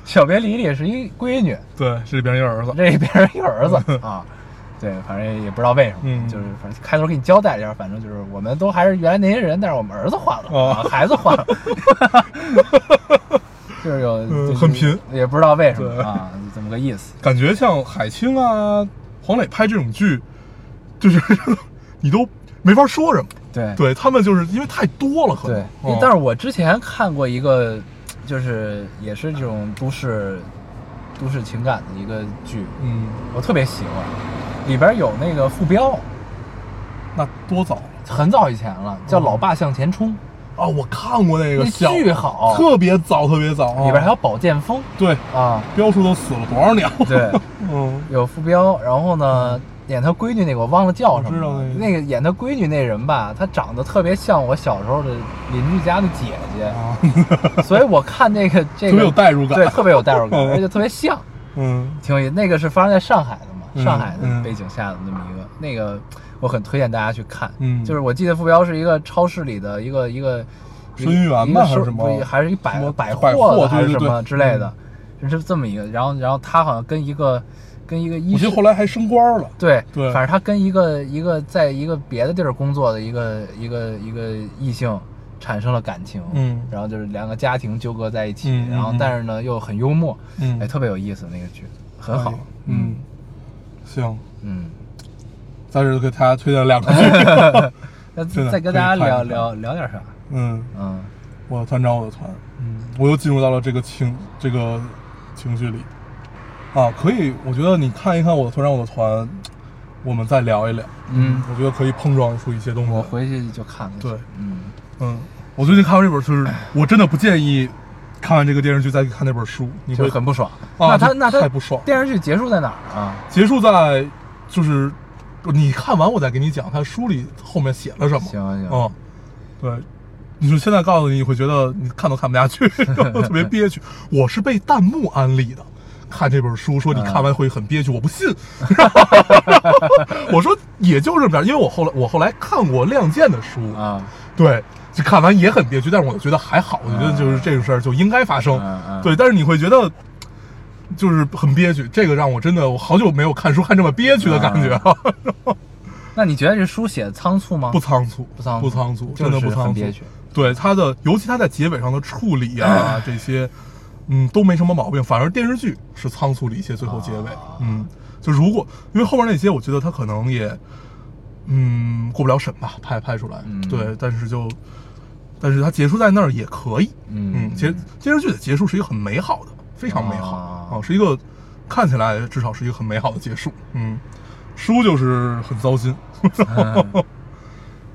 [SPEAKER 1] 小别离里是一闺女，
[SPEAKER 2] 对，这边一个儿 子，
[SPEAKER 1] 这边儿一个儿子啊。对，反正也不知道为什么，
[SPEAKER 2] 嗯
[SPEAKER 1] 就是反正开头给你交代一下，反正就是我们都还是原来那些人，但是我们儿子换了，
[SPEAKER 2] 哦
[SPEAKER 1] 啊，孩子换 了，就是有、
[SPEAKER 2] 嗯
[SPEAKER 1] 就是
[SPEAKER 2] 很贫，
[SPEAKER 1] 也不知道为什么
[SPEAKER 2] 对
[SPEAKER 1] 啊，就这么个意思。
[SPEAKER 2] 感觉像海清啊、黄磊拍这种剧，就是 你都没法说什么。
[SPEAKER 1] 对
[SPEAKER 2] 对他们就是因为太多了，可
[SPEAKER 1] 对
[SPEAKER 2] 能。嗯
[SPEAKER 1] 但是我之前看过一个，就是也是这种都市都市情感的一个剧，
[SPEAKER 2] 嗯，
[SPEAKER 1] 我特别喜欢，里边有那个傅彪，
[SPEAKER 2] 那多早
[SPEAKER 1] 很早以前了，叫《老爸向前冲》。
[SPEAKER 2] 啊！我看过哦那个
[SPEAKER 1] 那
[SPEAKER 2] 小
[SPEAKER 1] 巨好
[SPEAKER 2] 特别早，特别早啊。
[SPEAKER 1] 里边还有宝剑锋
[SPEAKER 2] 对
[SPEAKER 1] 啊，
[SPEAKER 2] 彪叔都死了多少年了？
[SPEAKER 1] 对，
[SPEAKER 2] 嗯，
[SPEAKER 1] 有傅彪，然后呢，演他闺女那个我忘了叫什么
[SPEAKER 2] 我
[SPEAKER 1] 了，
[SPEAKER 2] 知道那
[SPEAKER 1] 那个演他闺女那人吧，她长得特别像我小时候的邻居家的姐姐，
[SPEAKER 2] 啊，
[SPEAKER 1] 所以我看那个这个
[SPEAKER 2] 特别有代入感
[SPEAKER 1] 对，特别有代入感，
[SPEAKER 2] 嗯
[SPEAKER 1] 而且特别像，
[SPEAKER 2] 嗯
[SPEAKER 1] 挺有意思。那个是发生在上海的嘛，
[SPEAKER 2] 嗯
[SPEAKER 1] 上海的
[SPEAKER 2] 嗯
[SPEAKER 1] 背景下的那么一个，那个我很推荐大家去看，
[SPEAKER 2] 嗯
[SPEAKER 1] 就是我记得傅彪是一个超市里的一个一个。
[SPEAKER 2] 生意员吧
[SPEAKER 1] 一个
[SPEAKER 2] 还是
[SPEAKER 1] 收
[SPEAKER 2] 什么
[SPEAKER 1] 不是还是一百
[SPEAKER 2] 什么
[SPEAKER 1] 百
[SPEAKER 2] 百
[SPEAKER 1] 货
[SPEAKER 2] 货
[SPEAKER 1] 的还是
[SPEAKER 2] 对
[SPEAKER 1] 什
[SPEAKER 2] 对嗯
[SPEAKER 1] 么
[SPEAKER 2] 对
[SPEAKER 1] 之类的，就是这么一个。然后，然后他好像跟一个跟一个医
[SPEAKER 2] 我记
[SPEAKER 1] 生
[SPEAKER 2] 得，后来还升官了。
[SPEAKER 1] 对，
[SPEAKER 2] 对
[SPEAKER 1] 反正他跟一个一个在一个别的地儿工作的一个一个一个异性产生了感情，
[SPEAKER 2] 嗯
[SPEAKER 1] 然后就是两个家庭纠葛在一起，
[SPEAKER 2] 嗯嗯
[SPEAKER 1] 然后
[SPEAKER 2] 嗯
[SPEAKER 1] 但是呢又很幽默，
[SPEAKER 2] 嗯
[SPEAKER 1] 哎，特别有意思那个剧，很好，
[SPEAKER 2] 哎嗯，行，
[SPEAKER 1] 嗯。
[SPEAKER 2] 在这儿给大家推荐两个 剧。
[SPEAKER 1] 那
[SPEAKER 2] 真的
[SPEAKER 1] 再跟大家
[SPEAKER 2] 可以看一
[SPEAKER 1] 聊
[SPEAKER 2] 看
[SPEAKER 1] 聊聊点啥？
[SPEAKER 2] 嗯，
[SPEAKER 1] 嗯，
[SPEAKER 2] 我的团长，我的团，嗯，我又进入到了这个情这个情绪里啊，可以，我觉得你看一看我的团长，我的团，我们再聊一聊，
[SPEAKER 1] 嗯
[SPEAKER 2] 我觉得可以碰撞出一些东西。
[SPEAKER 1] 我回去就看看去。
[SPEAKER 2] 对
[SPEAKER 1] 嗯，
[SPEAKER 2] 嗯，我最近看完这本书，就是我真的不建议看完这个电视剧再去看那本书，你
[SPEAKER 1] 就
[SPEAKER 2] 会
[SPEAKER 1] 很不爽。
[SPEAKER 2] 啊
[SPEAKER 1] 那他
[SPEAKER 2] 就
[SPEAKER 1] 那他
[SPEAKER 2] 太不爽
[SPEAKER 1] 电视剧结束在哪儿啊？
[SPEAKER 2] 结束在就是你看完我再给你讲他书里后面写了什么。
[SPEAKER 1] 行行
[SPEAKER 2] 嗯，对，你说现在告诉你，你会觉得你看都看不下 去，然后特别憋屈。我是被弹幕安利的。看这本书，
[SPEAKER 1] 嗯
[SPEAKER 2] 说你看完会很憋屈，我不 信。我说也就这么点儿，因为我后来我后来看过《亮剑》的书
[SPEAKER 1] 啊，
[SPEAKER 2] 对，就看完也很憋屈，但是我觉得还好，我觉得就是这个事儿就应该发生
[SPEAKER 1] 嗯嗯，
[SPEAKER 2] 对。但是你会觉得就是很憋屈，这个让我真的我好久没有看书看这么憋屈的感觉了，
[SPEAKER 1] 那你觉得这书写的仓促吗？
[SPEAKER 2] 不仓促，
[SPEAKER 1] 不仓促
[SPEAKER 2] 不仓促，
[SPEAKER 1] 就是
[SPEAKER 2] 真的不仓
[SPEAKER 1] 很
[SPEAKER 2] 促，
[SPEAKER 1] 憋屈
[SPEAKER 2] 对他的，尤其他在结尾上的处理 啊，这些，嗯，都没什么毛病。反而电视剧是仓促了一些，最后结尾，
[SPEAKER 1] 啊
[SPEAKER 2] 嗯，就如果因为后面那些，我觉得他可能也，嗯，过不了审吧，拍拍出来，
[SPEAKER 1] 嗯
[SPEAKER 2] 对，但是就，但是他结束在那儿也可以，
[SPEAKER 1] 嗯
[SPEAKER 2] 其实电视剧的结束是一个很美好的，非常美好
[SPEAKER 1] 啊
[SPEAKER 2] 啊是一个看起来至少是一个很美好的结束，嗯，书就是很糟心，
[SPEAKER 1] 嗯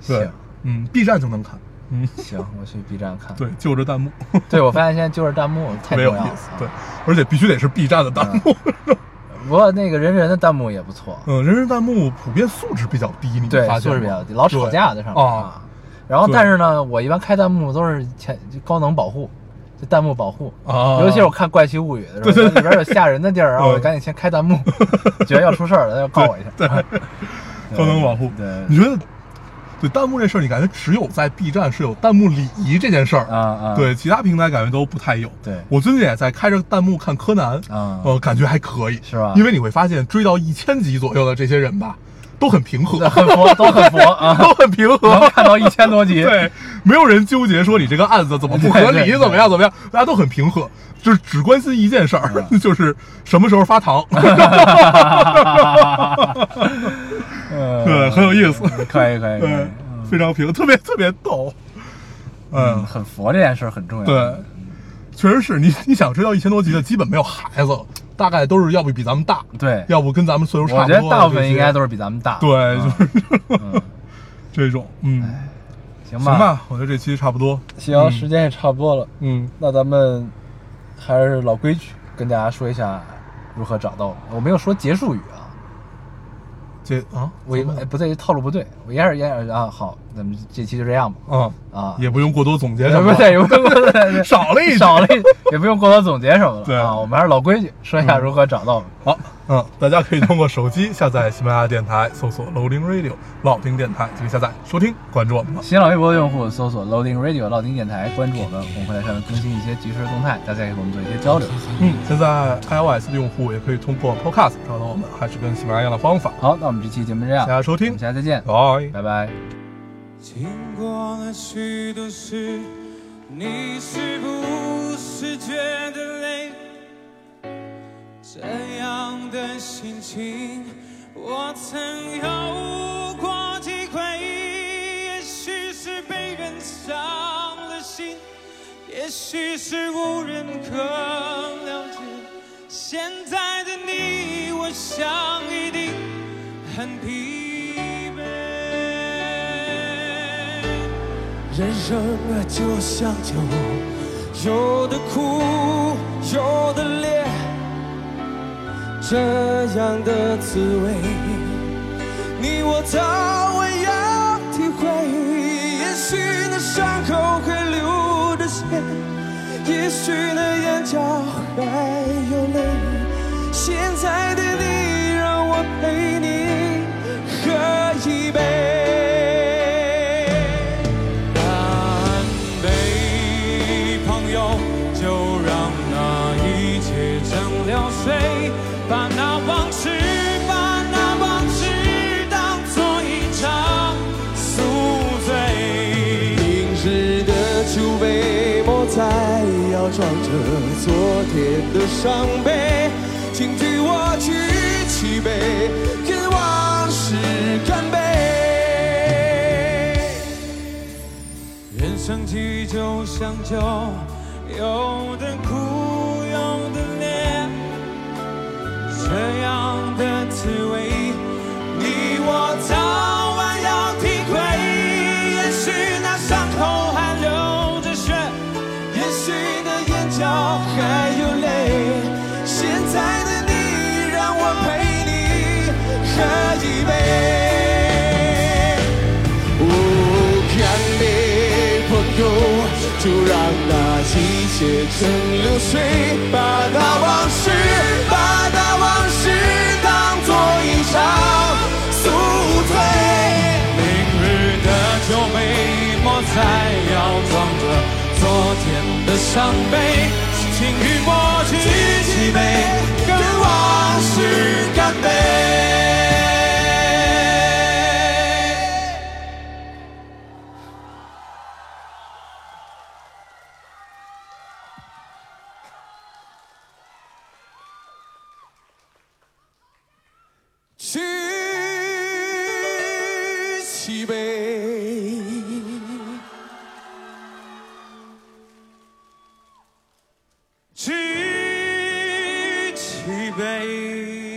[SPEAKER 2] 对
[SPEAKER 1] 行，
[SPEAKER 2] 嗯，B 站就能看，嗯，
[SPEAKER 1] 行，我去 B 站看。
[SPEAKER 2] 对，就着弹幕。
[SPEAKER 1] 对，我发现现在就是弹幕太
[SPEAKER 2] 没
[SPEAKER 1] 重
[SPEAKER 2] 有
[SPEAKER 1] 要
[SPEAKER 2] 意
[SPEAKER 1] 了嗯
[SPEAKER 2] 思。。对，，而且必须得是 B 站的弹幕。
[SPEAKER 1] 不过那个人人的弹幕也不错，
[SPEAKER 2] 嗯，人人弹幕普遍素质比较低，你
[SPEAKER 1] 对
[SPEAKER 2] 嗯发，现
[SPEAKER 1] 素
[SPEAKER 2] 吗
[SPEAKER 1] 质比较低，老吵架在上
[SPEAKER 2] 对
[SPEAKER 1] 面啊。然后，
[SPEAKER 2] 对
[SPEAKER 1] 但是呢，我一般开弹幕都是前就高能保护，就弹幕保护。
[SPEAKER 2] 啊，
[SPEAKER 1] 尤其是我看《怪奇物语》的时候，里边有吓人的地儿，然后我
[SPEAKER 2] 嗯
[SPEAKER 1] 赶紧先开弹幕， 觉得要出事儿了，要告我一下。对，
[SPEAKER 2] 高能保护。
[SPEAKER 1] 对
[SPEAKER 2] 你觉得对弹幕这事儿，你感觉只有在 B 站是有弹幕礼仪这件事儿
[SPEAKER 1] 啊啊
[SPEAKER 2] 对，其他平台感觉都不太有。
[SPEAKER 1] 对
[SPEAKER 2] 我最近也在开着弹幕看柯南，
[SPEAKER 1] 啊
[SPEAKER 2] 呃，感觉还可以，
[SPEAKER 1] 是吧
[SPEAKER 2] 因为你会发现，追到一千集左右的这些人吧，都很平和，
[SPEAKER 1] 很佛，都很佛啊，
[SPEAKER 2] 都很平 和，
[SPEAKER 1] 能看到一千多集。
[SPEAKER 2] 对，没有人纠结说你这个案子怎么不合
[SPEAKER 1] 对对
[SPEAKER 2] 理，
[SPEAKER 1] 对
[SPEAKER 2] 怎么样怎么样，大家都很平和，就是只关心一件事儿， 就是什么时候发糖。
[SPEAKER 1] 哎嗯，
[SPEAKER 2] 对，很有意思，
[SPEAKER 1] 可以可以，可以
[SPEAKER 2] 对，非常平，特别特别逗。嗯
[SPEAKER 1] 嗯，，很佛这件事儿很重要。
[SPEAKER 2] 对，确实是你你想追到一千多集的，基本没有孩子了，大概都是要不比咱们大，
[SPEAKER 1] 对，
[SPEAKER 2] 要不跟咱们岁数
[SPEAKER 1] 我
[SPEAKER 2] 差
[SPEAKER 1] 觉
[SPEAKER 2] 不多的这些。
[SPEAKER 1] 得大部分应该都是比咱们大。
[SPEAKER 2] 对，
[SPEAKER 1] 啊
[SPEAKER 2] 就是
[SPEAKER 1] 嗯 哎
[SPEAKER 2] 这种。嗯，
[SPEAKER 1] 行
[SPEAKER 2] 行
[SPEAKER 1] 吧，
[SPEAKER 2] 吧，我觉得这期差不多。
[SPEAKER 1] 行，
[SPEAKER 2] 嗯
[SPEAKER 1] 时间也差不多了，
[SPEAKER 2] 嗯，
[SPEAKER 1] 那咱们还是老规矩，跟大家说一下如何找到我。我没有说结束语啊，
[SPEAKER 2] 这啊，
[SPEAKER 1] 我一哎不对，套路不对，我一二一二啊，好，咱们这期就这样吧。
[SPEAKER 2] 啊，
[SPEAKER 1] 啊，
[SPEAKER 2] 也不用过多总结什么
[SPEAKER 1] 不
[SPEAKER 2] 了。
[SPEAKER 1] 对，也不 用
[SPEAKER 2] 少了一句
[SPEAKER 1] 少了一，也不用过多总结什么
[SPEAKER 2] 对嗯
[SPEAKER 1] 了啊。我们还是老规矩，说一下如何找到我们。
[SPEAKER 2] 好，嗯，大家可以通过手机下载喜马拉雅电台，搜索 Loading Radio 老丁电台，就可以下载收听，关注我们了。
[SPEAKER 1] 新浪微博用户搜索 Loading Radio 老丁电台，关注我们，我们会在上面更新一些即时动态，大家也跟我们做一些交流。
[SPEAKER 2] 嗯，现在 iOS 的用户也可以通过 Podcast 找到我们，还是跟喜马拉雅一样的方法。
[SPEAKER 1] 好，那我们这期节目就这样，
[SPEAKER 2] 大家收听
[SPEAKER 1] 我们下次再见，
[SPEAKER 2] 拜。
[SPEAKER 1] 拜拜。
[SPEAKER 3] 经过了许多事，你是不是觉得累？这样的心情，我曾有过几回。也许是被人伤了心，也许是无人可了解。现在的你，我想一定很疲惫。人生啊，就像酒，有的苦，有的烈，这样的滋味，你我早晚要体会。也许那伤口会流着血，也许那眼角还有泪。现在的你，让我陪你喝一杯。干杯，朋友，就让那一切成了水，把那往事，把那往事当作一场宿醉。凝滞的酒杯，莫再要装着昨天的伤悲，请替我举起杯，跟往事干杯。人生际就像酒，有的苦，有的烈，这样的滋味，你我早晚要体会。也许那伤口还流着血，也许那眼角还有泪。现在的你，让我陪你喝一杯。哦，干杯，朋友，就让那一切成流水，把那往事，把那往事当作一场宿醉。明日的酒杯，莫再要的伤悲，请与我举起杯，跟往事干杯。举起杯。举起杯，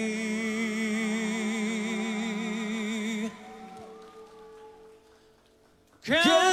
[SPEAKER 3] 跟